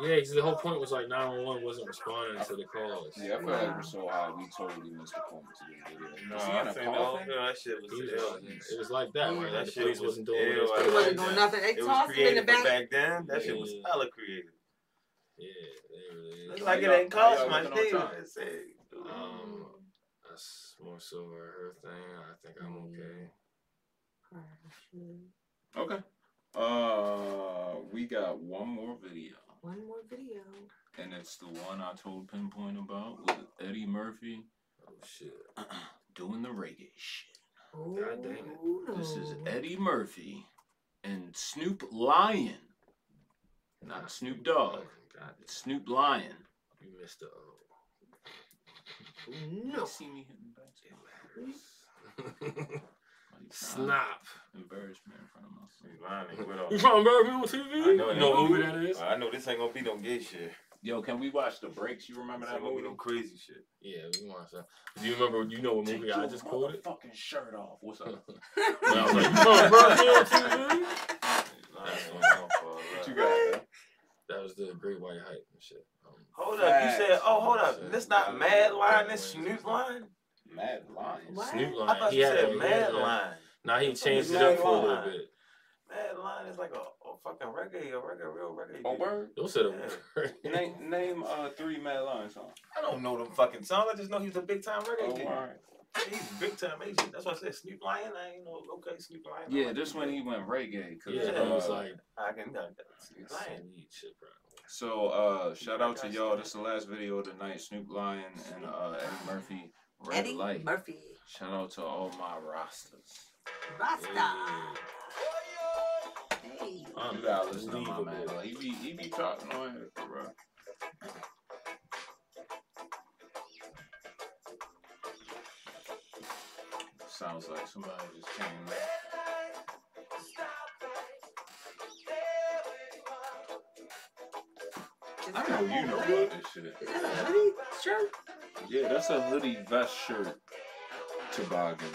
Speaker 1: Yeah, because the whole point was like 911 wasn't responding to the calls.
Speaker 2: Yeah, I feel like we're so high, we totally missed the point to the video. Was he in a
Speaker 5: no,
Speaker 2: coffin?
Speaker 5: that shit
Speaker 1: He was, uh,
Speaker 5: was
Speaker 1: it was like that, right?
Speaker 5: That
Speaker 1: Like the
Speaker 5: shit
Speaker 1: police
Speaker 5: was
Speaker 1: wasn't doing
Speaker 5: ill.
Speaker 1: what
Speaker 6: He
Speaker 1: they
Speaker 5: Like
Speaker 1: was
Speaker 6: wasn't
Speaker 1: doing.
Speaker 6: doing
Speaker 5: that.
Speaker 6: nothing. They
Speaker 5: It was
Speaker 6: tossed him in the
Speaker 5: created
Speaker 6: back.
Speaker 5: back. back then. That shit was
Speaker 1: Yeah.
Speaker 5: hella creative.
Speaker 1: Yeah, they really
Speaker 5: It's
Speaker 1: is.
Speaker 5: like it
Speaker 2: y'all-
Speaker 5: ain't cost
Speaker 2: y'all
Speaker 5: much
Speaker 2: living on
Speaker 5: either.
Speaker 2: time?
Speaker 5: It's a-
Speaker 6: Oh,
Speaker 1: Um, that's more so her thing. I think I'm okay.
Speaker 2: Okay. Uh, we got one more video,
Speaker 6: One more video.
Speaker 2: and it's the one I told Pinpoint about with Eddie Murphy
Speaker 1: Oh shit.
Speaker 2: doing the reggae shit.
Speaker 6: Oh,
Speaker 1: God damn it.
Speaker 2: This is Eddie Murphy and Snoop Lion, not Snoop Dogg,
Speaker 1: Oh, God,
Speaker 2: it's Snoop Lion.
Speaker 1: you missed the. oh, Um, no.
Speaker 2: See me hitting the bench? Why you trying to
Speaker 1: Snap.
Speaker 2: Embarrass me in front of myself.
Speaker 1: You trying to embarrass me on TV?
Speaker 5: I know that
Speaker 1: no, who
Speaker 5: movie.
Speaker 1: that is?
Speaker 5: I know this ain't gonna be no gay shit.
Speaker 2: Yo, can we watch the breaks? You remember
Speaker 5: It's
Speaker 2: that
Speaker 5: gonna be
Speaker 2: movie?
Speaker 5: no crazy shit.
Speaker 1: Yeah, we want that. Do you remember? You know what
Speaker 2: Take
Speaker 1: movie I
Speaker 2: your
Speaker 1: just quoted?
Speaker 2: motherfucking shirt off. What's up?
Speaker 1: When I was like, you trying to embarrass me on TV?
Speaker 5: Nah, I ain't gonna go for it.
Speaker 2: What you got? man?
Speaker 1: That was the Great White Hype and shit. Um,
Speaker 5: Hold up, you said, oh, hold up, this not Mad Line, this Snoop Line.
Speaker 2: Mad Lions.
Speaker 6: What?
Speaker 1: Snoop Lion.
Speaker 5: I thought
Speaker 1: he
Speaker 5: you
Speaker 1: had a-
Speaker 5: said
Speaker 1: he
Speaker 5: Mad
Speaker 1: had a-
Speaker 5: Line.
Speaker 1: Nah, he changed it
Speaker 5: Mad
Speaker 1: up for a little
Speaker 5: Lion.
Speaker 1: bit.
Speaker 5: Mad Line is like a, a fucking reggae, a reggae, real reggae.
Speaker 2: Oh,
Speaker 5: dude.
Speaker 2: word?
Speaker 1: Don't say the
Speaker 5: Yeah.
Speaker 1: word.
Speaker 2: Name, name uh, three Mad Lions songs.
Speaker 5: I don't know them fucking songs. I just know he's a big time reggae
Speaker 2: Oh,
Speaker 5: dude.
Speaker 2: all right.
Speaker 5: He's a big time agent. That's why I said Snoop Lion. I ain't know. Okay, Snoop Lion. I
Speaker 2: Yeah,
Speaker 5: like
Speaker 2: this
Speaker 5: Snoop
Speaker 2: when
Speaker 5: Lion.
Speaker 2: he went reggae. Cause,
Speaker 1: Yeah,
Speaker 5: Yeah.
Speaker 1: it
Speaker 2: uh,
Speaker 1: was like
Speaker 5: I can got that. Snoop Lion.
Speaker 1: some weed shit, bro.
Speaker 2: So uh, shout out to y'all. This is the last video of the night. Snoop Lion and uh, Eddie Murphy. Red
Speaker 6: Eddie
Speaker 2: light.
Speaker 6: Murphy.
Speaker 2: Shout out to all my rosters.
Speaker 6: Rasta. Hey.
Speaker 2: You gotta listen to my man.
Speaker 1: Unbelievable.
Speaker 2: Like, he be he be talking on here, bro. Sounds like somebody just came in.
Speaker 6: Is
Speaker 2: I
Speaker 6: that
Speaker 2: know
Speaker 6: a
Speaker 2: you know
Speaker 6: hoodie?
Speaker 2: about this shit.
Speaker 6: Is that a hoodie shirt?
Speaker 2: Yeah, that's a hoodie vest shirt toboggan.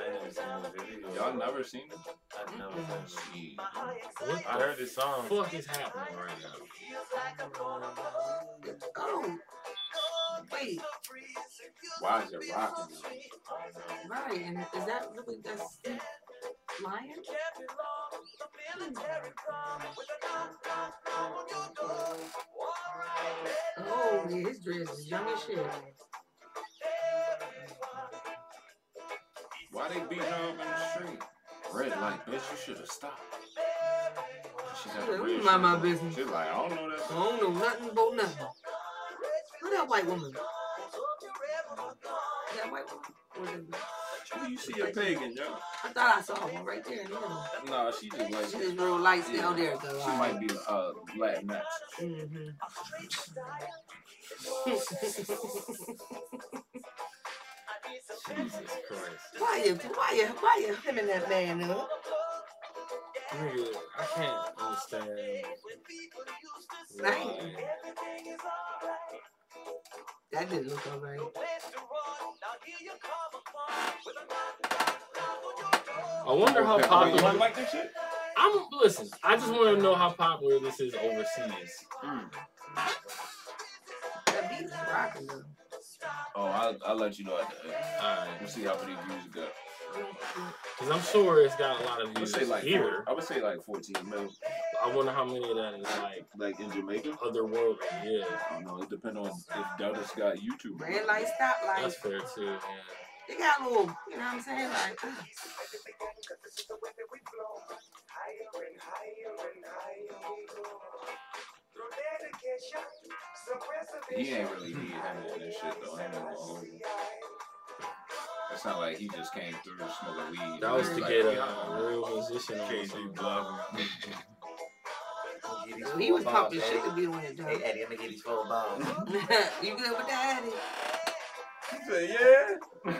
Speaker 5: I ain't never seen this video.
Speaker 2: Y'all never seen it?
Speaker 5: I never seen this video.
Speaker 2: Shit.
Speaker 1: What
Speaker 5: I heard this song.
Speaker 1: the fuck is happening right now?
Speaker 6: Oh. Wait,
Speaker 2: Why is it rocking?
Speaker 6: right. And is that really the Snoop Lion? Oh, yeah, his dress is young as shit.
Speaker 2: Why they beating her up in the street? Red light, bitch. You should have stopped. She got the
Speaker 6: Let me
Speaker 2: red
Speaker 6: mind
Speaker 2: shirt
Speaker 6: my
Speaker 2: on.
Speaker 6: business.
Speaker 2: She like, I don't know that.
Speaker 6: I don't know nothing about nothing. Who that white woman? That white woman? Or the-
Speaker 2: Who you see a pagan, yo?
Speaker 6: I thought I saw one right there. in the middle.
Speaker 2: Nah, she just like
Speaker 6: She just real light skin. Oh, there it
Speaker 2: She
Speaker 6: goes.
Speaker 2: might be uh Latinx.
Speaker 6: Mhm.
Speaker 1: Jesus Christ.
Speaker 6: why you, why you, why you hemming that man up?
Speaker 1: Nigga, I can't understand.
Speaker 6: Right.
Speaker 1: why.
Speaker 6: That didn't look all right.
Speaker 1: I wonder how
Speaker 2: Wait, you
Speaker 1: popular.
Speaker 2: like this shit?
Speaker 1: I'm listen. I just want to know how popular this is overseas.
Speaker 6: That beat is rocking though.
Speaker 2: Oh, I'll, I'll let you know at the end.
Speaker 1: Alright,
Speaker 2: We'll see how many views it got.
Speaker 1: because I'm sure it's got a lot of
Speaker 2: I would
Speaker 1: views
Speaker 2: say like
Speaker 1: here.
Speaker 2: I would say like 14 million.
Speaker 1: I wonder how many of that is like
Speaker 2: Like in Jamaica.
Speaker 1: otherworldly. Yeah,
Speaker 2: I don't know. It depends on if Dallas got YouTube.
Speaker 6: Red light, stop light.
Speaker 1: that's fair too. Man.
Speaker 6: They got a little, you know what I'm saying? Like, uh,
Speaker 2: He ain't really he handling this shit though. I ain't gonna hold you. It's not like he just came through smoking weed.
Speaker 1: That was to
Speaker 2: Like,
Speaker 1: get a,
Speaker 2: yeah.
Speaker 1: a real musician on. or
Speaker 5: KG
Speaker 1: something.
Speaker 5: Glover.
Speaker 6: so he was popping shit to be on it
Speaker 5: Hey,
Speaker 6: though.
Speaker 5: Eddie, I'm gonna get these four balls.
Speaker 6: you good with that, Eddie?
Speaker 5: He said, yeah.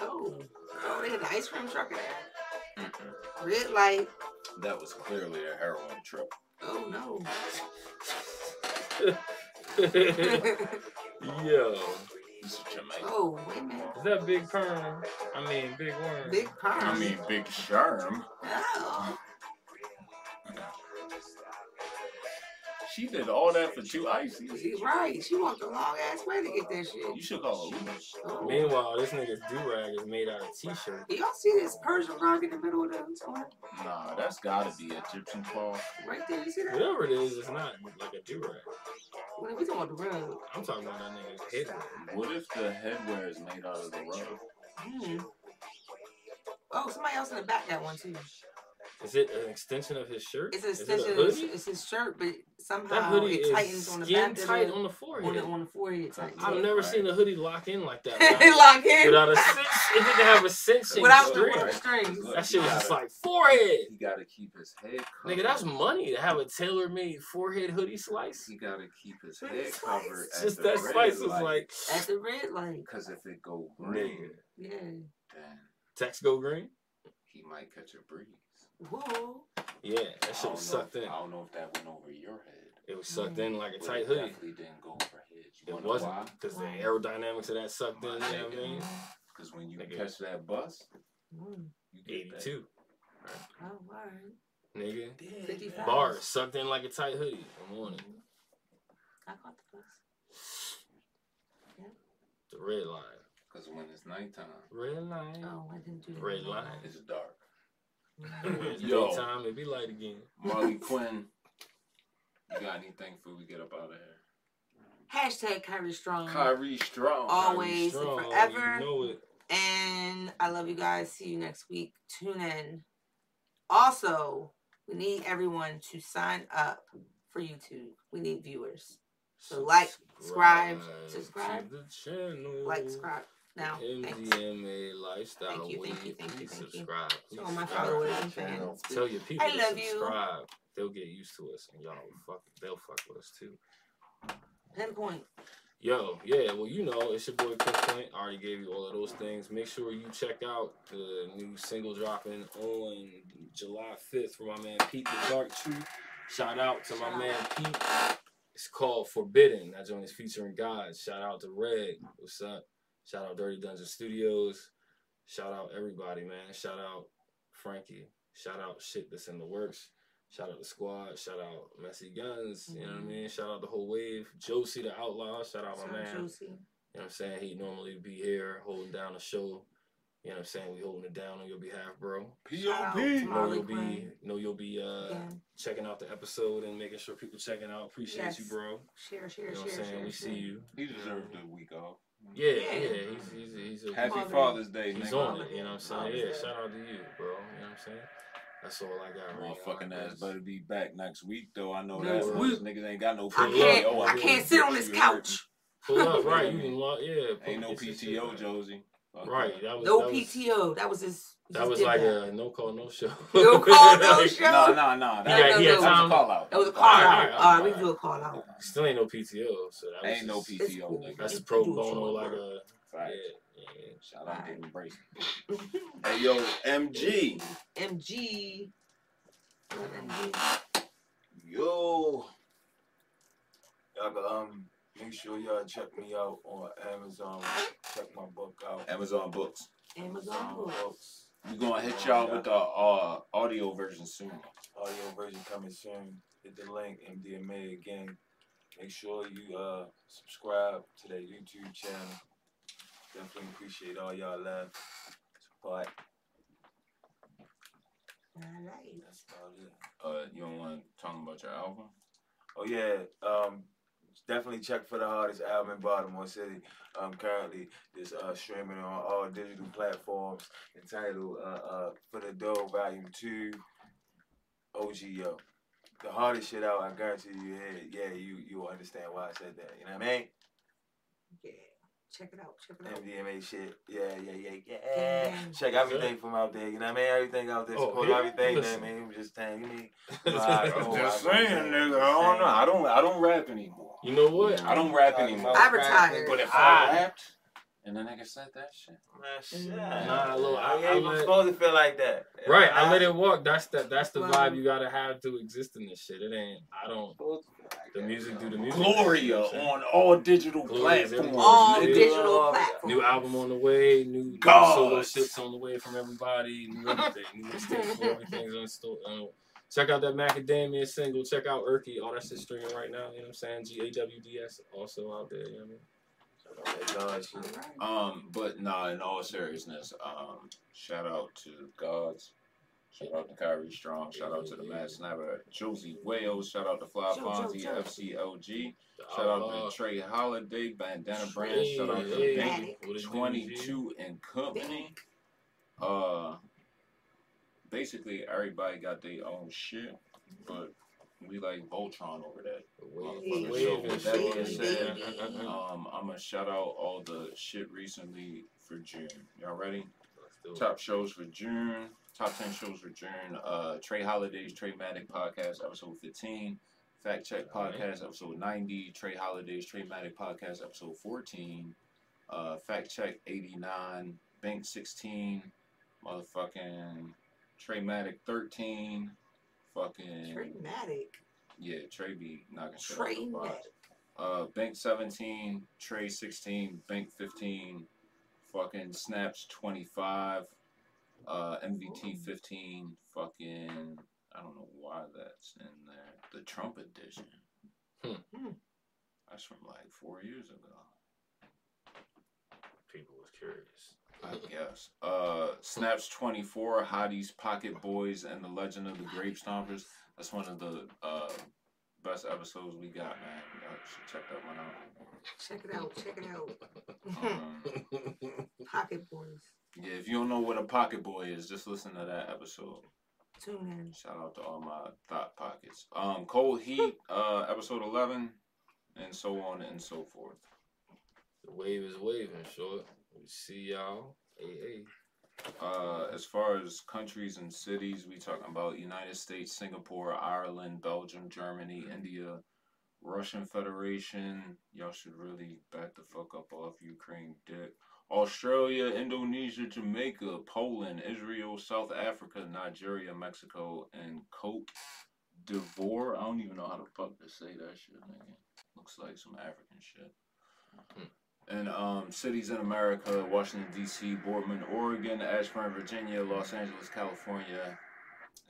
Speaker 6: oh, oh, they had the ice cream truck in there. Red light.
Speaker 2: That was clearly a heroin trip.
Speaker 6: Oh no.
Speaker 1: Yo,
Speaker 2: This is Jamaica.
Speaker 6: oh, wait a minute.
Speaker 1: is that Big Perm? I mean, Big Worm.
Speaker 6: Big perm.
Speaker 2: I mean, big germ.
Speaker 6: oh.
Speaker 2: She did all that for two ices.
Speaker 6: She right. She walked a long ass way to get that
Speaker 2: You
Speaker 6: shit.
Speaker 2: should call her Uber.
Speaker 6: Oh.
Speaker 1: Meanwhile, this nigga's do rag is made out of t-shirt.
Speaker 6: Y'all see this Persian rug in the middle of the toilet?
Speaker 2: Nah, that's gotta be Egyptian claw.
Speaker 6: Right there, you see that?
Speaker 1: Whatever it is, it's not like a do rag.
Speaker 6: Well, we talking about the rug.
Speaker 1: I'm talking about that nigga's head.
Speaker 2: What if the headwear is made out of the rug?
Speaker 6: Mm. Oh, somebody else in the back got one too.
Speaker 1: Is it an extension of his shirt?
Speaker 6: It's an
Speaker 1: Is it a
Speaker 6: extension. It's,
Speaker 1: hoodie?
Speaker 6: it's his shirt, but
Speaker 1: That
Speaker 6: somehow
Speaker 1: hoodie
Speaker 6: it tightens
Speaker 1: is
Speaker 6: on the
Speaker 1: skin
Speaker 6: back
Speaker 1: tight
Speaker 6: of
Speaker 1: on the
Speaker 6: the, on
Speaker 1: forehead.
Speaker 6: the on the forehead. It tightens.
Speaker 1: I've never seen a hoodie lock in like that without,
Speaker 6: Lock in
Speaker 1: without a cinch. It didn't have a cinching
Speaker 6: without the
Speaker 1: string.
Speaker 6: without the strings.
Speaker 1: That shit was just like forehead.
Speaker 2: He gotta keep his head covered.
Speaker 1: Nigga, that's money to have a tailor made forehead hoodie slice.
Speaker 2: He gotta keep his
Speaker 6: Hoodie
Speaker 2: head covered.
Speaker 1: It's
Speaker 2: at
Speaker 1: Just
Speaker 2: the
Speaker 1: that
Speaker 2: red
Speaker 1: slice was
Speaker 2: light,
Speaker 1: like,
Speaker 6: At the red light.
Speaker 2: Cause if it go green,
Speaker 4: Nigga.
Speaker 6: Yeah.
Speaker 2: then
Speaker 1: Tex go green?
Speaker 2: he might catch a breeze.
Speaker 6: Woo.
Speaker 1: Yeah,
Speaker 2: I
Speaker 1: that shit
Speaker 2: don't
Speaker 1: was
Speaker 2: know if-
Speaker 1: sucked in.
Speaker 2: I don't know if that went over your head.
Speaker 1: It was sucked in like a
Speaker 2: but
Speaker 1: tight
Speaker 2: it
Speaker 1: hoodie.
Speaker 2: Definitely didn't go over his. You
Speaker 1: It
Speaker 2: wanna
Speaker 1: wasn't.
Speaker 2: why?
Speaker 1: Because the aerodynamics of that sucked in, you know what I mean?
Speaker 2: Cause when you
Speaker 1: Nigga.
Speaker 2: catch that bus,
Speaker 6: Mm.
Speaker 2: you get that
Speaker 1: 82,
Speaker 6: Oh, word.
Speaker 1: nigga.
Speaker 2: Yeah,
Speaker 6: 55.
Speaker 1: Bars sucked in like a tight hoodie. I'm on it.
Speaker 6: I caught the bus.
Speaker 1: The red line.
Speaker 2: Cause when it's nighttime,
Speaker 1: Red line.
Speaker 6: Oh, I didn't do that.
Speaker 1: Red line.
Speaker 2: it's dark.
Speaker 1: And when it's
Speaker 2: Yo.
Speaker 1: daytime, it be light again.
Speaker 2: Marley Quinn, you got anything for we get up out of here?
Speaker 6: Hashtag Kyrie Strong.
Speaker 2: Kyrie Strong.
Speaker 6: Always and
Speaker 1: Strong,
Speaker 6: forever.
Speaker 1: You know it.
Speaker 6: And I love you guys. See you next week. Tune in. Also, we need everyone to sign up for YouTube. We need viewers. So like, subscribe, subscribe,
Speaker 1: to the channel.
Speaker 6: Like, subscribe. Now, thanks.
Speaker 1: MDMA lifestyle.
Speaker 6: Thank you, thank you,
Speaker 1: Weekly.
Speaker 6: thank you, thank you.
Speaker 1: subscribe.
Speaker 6: To all my
Speaker 1: Subscribe.
Speaker 6: followers and
Speaker 4: Channel.
Speaker 6: fans.
Speaker 1: Tell your people
Speaker 6: I
Speaker 1: to
Speaker 6: love you.
Speaker 1: subscribe. They'll get used to us, and y'all fuck, they'll fuck with us too.
Speaker 6: Pinpoint.
Speaker 1: Yo, yeah, well, you know, it's your boy Pinpoint. I already gave you all of those things. Make sure you check out the new single dropping on July 5th from my man Pete the Dark Tree. Shout out to my man Pete. It's called Forbidden. That joint is featuring God. Shout out to Red. What's up? Shout out Dirty Dungeon Studios. Shout out everybody, man. Shout out Frankie. Shout out shit that's in the works. Shout out the squad. Shout out Messy Guns. You know what I
Speaker 6: Mhm.
Speaker 1: mean? Shout out the whole wave. Josie the Outlaw. Shout out
Speaker 6: So
Speaker 1: my man.
Speaker 6: juicy.
Speaker 1: You know what I'm saying? He'd normally be here holding down the show. You know what I'm saying? We holding it down on your behalf, bro.
Speaker 6: Shout out to
Speaker 1: Know
Speaker 6: Marley
Speaker 1: you'll be
Speaker 6: Quinn.
Speaker 1: know you'll be uh
Speaker 6: Again.
Speaker 1: checking out the episode and making sure people checking out. Appreciate you,
Speaker 6: Yes.
Speaker 1: bro.
Speaker 6: Share,
Speaker 1: You
Speaker 6: share,
Speaker 1: know what I'm
Speaker 6: share,
Speaker 1: saying?
Speaker 6: share.
Speaker 1: we
Speaker 6: share.
Speaker 1: see you.
Speaker 2: He deserved a week off.
Speaker 1: Yeah,
Speaker 6: Yeah.
Speaker 1: yeah. He's he's he's, a,
Speaker 2: Happy
Speaker 6: Father.
Speaker 2: Father's Day,
Speaker 1: he's
Speaker 2: nigga.
Speaker 1: on it. You know what I'm saying?
Speaker 6: Father's
Speaker 1: Yeah.
Speaker 6: Day.
Speaker 1: Shout out to you, bro. You know what I'm saying? That's all I got right now.
Speaker 2: Motherfucking ass
Speaker 1: guess.
Speaker 2: better be back next week though. I know
Speaker 1: Next
Speaker 2: that
Speaker 1: week.
Speaker 2: those niggas ain't got no
Speaker 6: I
Speaker 1: Pull
Speaker 6: can't.
Speaker 1: up.
Speaker 2: PTO.
Speaker 6: I can't sit on this
Speaker 2: You
Speaker 6: couch.
Speaker 1: Pull up, right? You can log, yeah.
Speaker 2: hurt me. Ain't no
Speaker 1: get your shit
Speaker 2: PTO,
Speaker 1: back.
Speaker 2: Josie. Fuck
Speaker 1: Right.
Speaker 2: that.
Speaker 1: That was,
Speaker 6: No
Speaker 1: Oh, that was-
Speaker 6: PTO. That was his. he
Speaker 1: That
Speaker 6: just
Speaker 1: was
Speaker 6: did
Speaker 1: like a no call, no show.
Speaker 6: No call, no
Speaker 1: Like,
Speaker 6: show.
Speaker 2: No, no, no.
Speaker 1: He got-
Speaker 2: That
Speaker 1: he had
Speaker 6: no, no.
Speaker 2: that was a
Speaker 1: time.
Speaker 2: call out.
Speaker 6: That was a call
Speaker 1: Alright,
Speaker 6: out.
Speaker 1: alright,
Speaker 6: All right, we
Speaker 1: alright.
Speaker 6: do a call out.
Speaker 1: Still ain't no PTO, so that was
Speaker 2: Ain't no
Speaker 1: just-
Speaker 2: PTO, nigga.
Speaker 1: That's
Speaker 6: It's
Speaker 1: pro
Speaker 6: cool,
Speaker 1: bono,
Speaker 6: it's
Speaker 1: like
Speaker 6: cool.
Speaker 1: a yeah,
Speaker 2: Facts.
Speaker 1: yeah.
Speaker 2: Shout out to Embrace. Hey yo, MG.
Speaker 6: MG.
Speaker 5: Yo. Y'all can, um make sure y'all check me out on Amazon. Check my book out.
Speaker 2: Amazon Books.
Speaker 6: Amazon book.
Speaker 5: books.
Speaker 2: We gonna hit y'all with the uh, audio version soon.
Speaker 5: Audio version coming soon. Hit the link MDMA again. Make sure you uh subscribe to that YouTube channel. Definitely appreciate all y'all love. But
Speaker 6: All right.
Speaker 5: that's about it.
Speaker 2: Uh, you don't want to talk about your album?
Speaker 5: Oh yeah, um, definitely check for the hardest album in Baltimore City. Um, currently it's uh, streaming on all digital platforms. Entitled uh, uh, "For the Dough Volume Two, OGO. The hardest shit out. I guarantee you. Yeah, yeah, you you will understand why I said that. You know what I mean?
Speaker 6: Yeah. Check it out. Check it out.
Speaker 5: MDMA shit. Yeah, yeah, yeah, yeah.
Speaker 6: Yeah.
Speaker 5: Check everything from out there. You know what I mean? Everything out there.
Speaker 1: Oh,
Speaker 5: Support
Speaker 1: yeah?
Speaker 5: everything. You know
Speaker 1: Listen.
Speaker 5: what I mean? Just saying. You mean?
Speaker 2: I'm
Speaker 5: Alright,
Speaker 2: just
Speaker 5: Oh, I
Speaker 2: saying,
Speaker 5: know.
Speaker 2: nigga. I don't know. I don't. I don't rap anymore.
Speaker 1: You know what?
Speaker 2: I don't rap anymore.
Speaker 6: I retired.
Speaker 2: But if
Speaker 1: Ah.
Speaker 2: I rapped, and the nigga said that shit,
Speaker 5: Man, shit.
Speaker 1: Nah, look, I-
Speaker 5: I
Speaker 1: I
Speaker 5: ain't even
Speaker 1: let-
Speaker 5: supposed to feel like that.
Speaker 1: Right, I let it walk. That's that. That's the
Speaker 6: Wow.
Speaker 1: vibe you gotta have to exist in this shit. It ain't. I don't. The music do the music. You
Speaker 2: Gloria
Speaker 1: know what I'm saying?
Speaker 2: on all digital
Speaker 1: Gloria's
Speaker 2: platforms.
Speaker 1: everywhere.
Speaker 6: All
Speaker 1: Yeah.
Speaker 2: nigga.
Speaker 6: digital platforms.
Speaker 1: New album on the way. New
Speaker 2: God.
Speaker 1: solo shits on the way from everybody. New everything. New mistakes. Everything's on store. Um, check out that Macadamia single. Check out Erky. All that shit streaming right now. You know what I'm saying? G A W D S also out there. You know what I mean?
Speaker 6: All right.
Speaker 2: Um, but nah, in all seriousness, um, shout out to Gods. Shout out to Kyrie Strong. Shout out to the Mad Sniper, Josie Wales. Shout out to Fly
Speaker 6: Joe, Joe,
Speaker 2: Fonzie,
Speaker 6: Joe.
Speaker 2: FCLG.
Speaker 1: The
Speaker 2: Shout
Speaker 1: Outlaw.
Speaker 2: out to Trey Holiday, Bandana Brand. Shout out to
Speaker 1: Hey,
Speaker 2: Big
Speaker 1: what it do, G?
Speaker 2: 22 and Company. Uh, basically everybody got their own shit, but we like Voltron over that.
Speaker 1: Wave,
Speaker 6: Yeah.
Speaker 1: wave and
Speaker 2: That
Speaker 1: shit.
Speaker 2: being said,
Speaker 1: Let's
Speaker 2: Um, I'm gonna shout out all the shit recently for June. Y'all ready?
Speaker 1: do it.
Speaker 2: Top shows for June. Top ten shows for June. Uh, Trey Holidays, Trey Matic podcast, episode fifteen. Fact Check podcast, episode ninety. Trey Holidays, Trey Matic podcast, episode fourteen. Uh, Fact Check eighty nine. Bank sixteen. Motherfucking Trey Matic thirteen. Fucking
Speaker 6: Traumatic.
Speaker 2: yeah, Trey be knocking shit out the
Speaker 6: Trey
Speaker 2: park.
Speaker 6: Matic.
Speaker 2: Uh, Bank 17, Trey 16, Bank 15, fucking Snaps 25, uh, MVT 15, fucking, I don't know why that's in there. The Trump edition.
Speaker 1: Hmm.
Speaker 6: Hmm.
Speaker 2: That's from like four years ago,
Speaker 1: People was curious.
Speaker 2: I guess. Uh, Snaps 24, Hotties, Pocket Boys, and The Legend of the Grape Stompers. That's one of the uh, best episodes we got, man. Y'all should check that one out.
Speaker 6: Check it out. Check it out.
Speaker 2: Um,
Speaker 6: Pocket Boys.
Speaker 2: Yeah, if you don't know what a pocket boy is, just listen to that episode.
Speaker 6: Tune in.
Speaker 2: Shout out to all my thought pockets. Um, Cold Heat, uh, episode eleven, and so on and so forth.
Speaker 1: The wave is waving, short. We see y'all. Hey,
Speaker 2: Uh, as far as countries and cities, we talking about United States, Singapore, Ireland, Belgium, Germany, India, Russian Federation. Y'all should really back the fuck up off Ukraine dick. Australia, Indonesia, Jamaica, Poland, Israel, South Africa, Nigeria, Mexico, and Cote d'Ivoire. I don't even know how the fuck to say that shit, nigga. Looks like some African shit and um, cities in America: Washington D.C., Boardman, Oregon, Ashburn, Virginia, Los Angeles, California,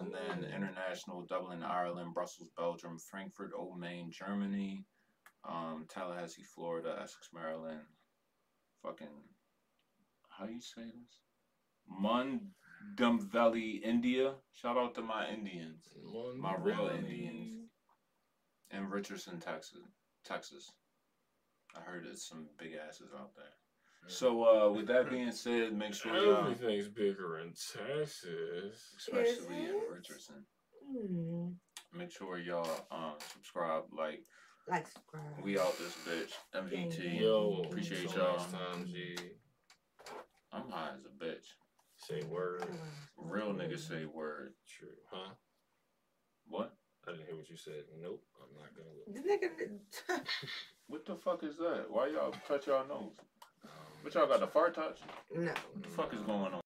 Speaker 2: and then international: Dublin, Ireland, Brussels, Belgium, Frankfurt, Old Main, Germany, um, Tallahassee, Florida, Essex, Maryland. Fucking, how do you say this? Mundum Valley, India. Shout out to my Indians
Speaker 1: hey.
Speaker 2: My real Indians. in Richardson, Texas. Texas. I heard there's some big asses out there. So uh, with that being said, make sure y'all,
Speaker 1: Mm-hmm. Everything's bigger in Texas.
Speaker 2: especially in
Speaker 6: Is it?
Speaker 2: Richardson,
Speaker 6: Hmm.
Speaker 2: make sure y'all um, subscribe. Like
Speaker 6: Like, subscribe.
Speaker 2: we out this bitch. MVT.
Speaker 1: Yo,
Speaker 2: Appreciate
Speaker 1: till
Speaker 2: y'all.
Speaker 1: Next time, G.
Speaker 2: I'm high as a bitch.
Speaker 1: Say word.
Speaker 2: Real niggas say word.
Speaker 1: True. Huh?
Speaker 2: What?
Speaker 1: I didn't hear what you said. Nope. I'm not gonna look.
Speaker 6: The nigga.
Speaker 2: What the fuck is that? Why y'all touch y'all nose?
Speaker 1: Um,
Speaker 2: What y'all got the fart touch?
Speaker 6: no.
Speaker 2: What the fuck is going on?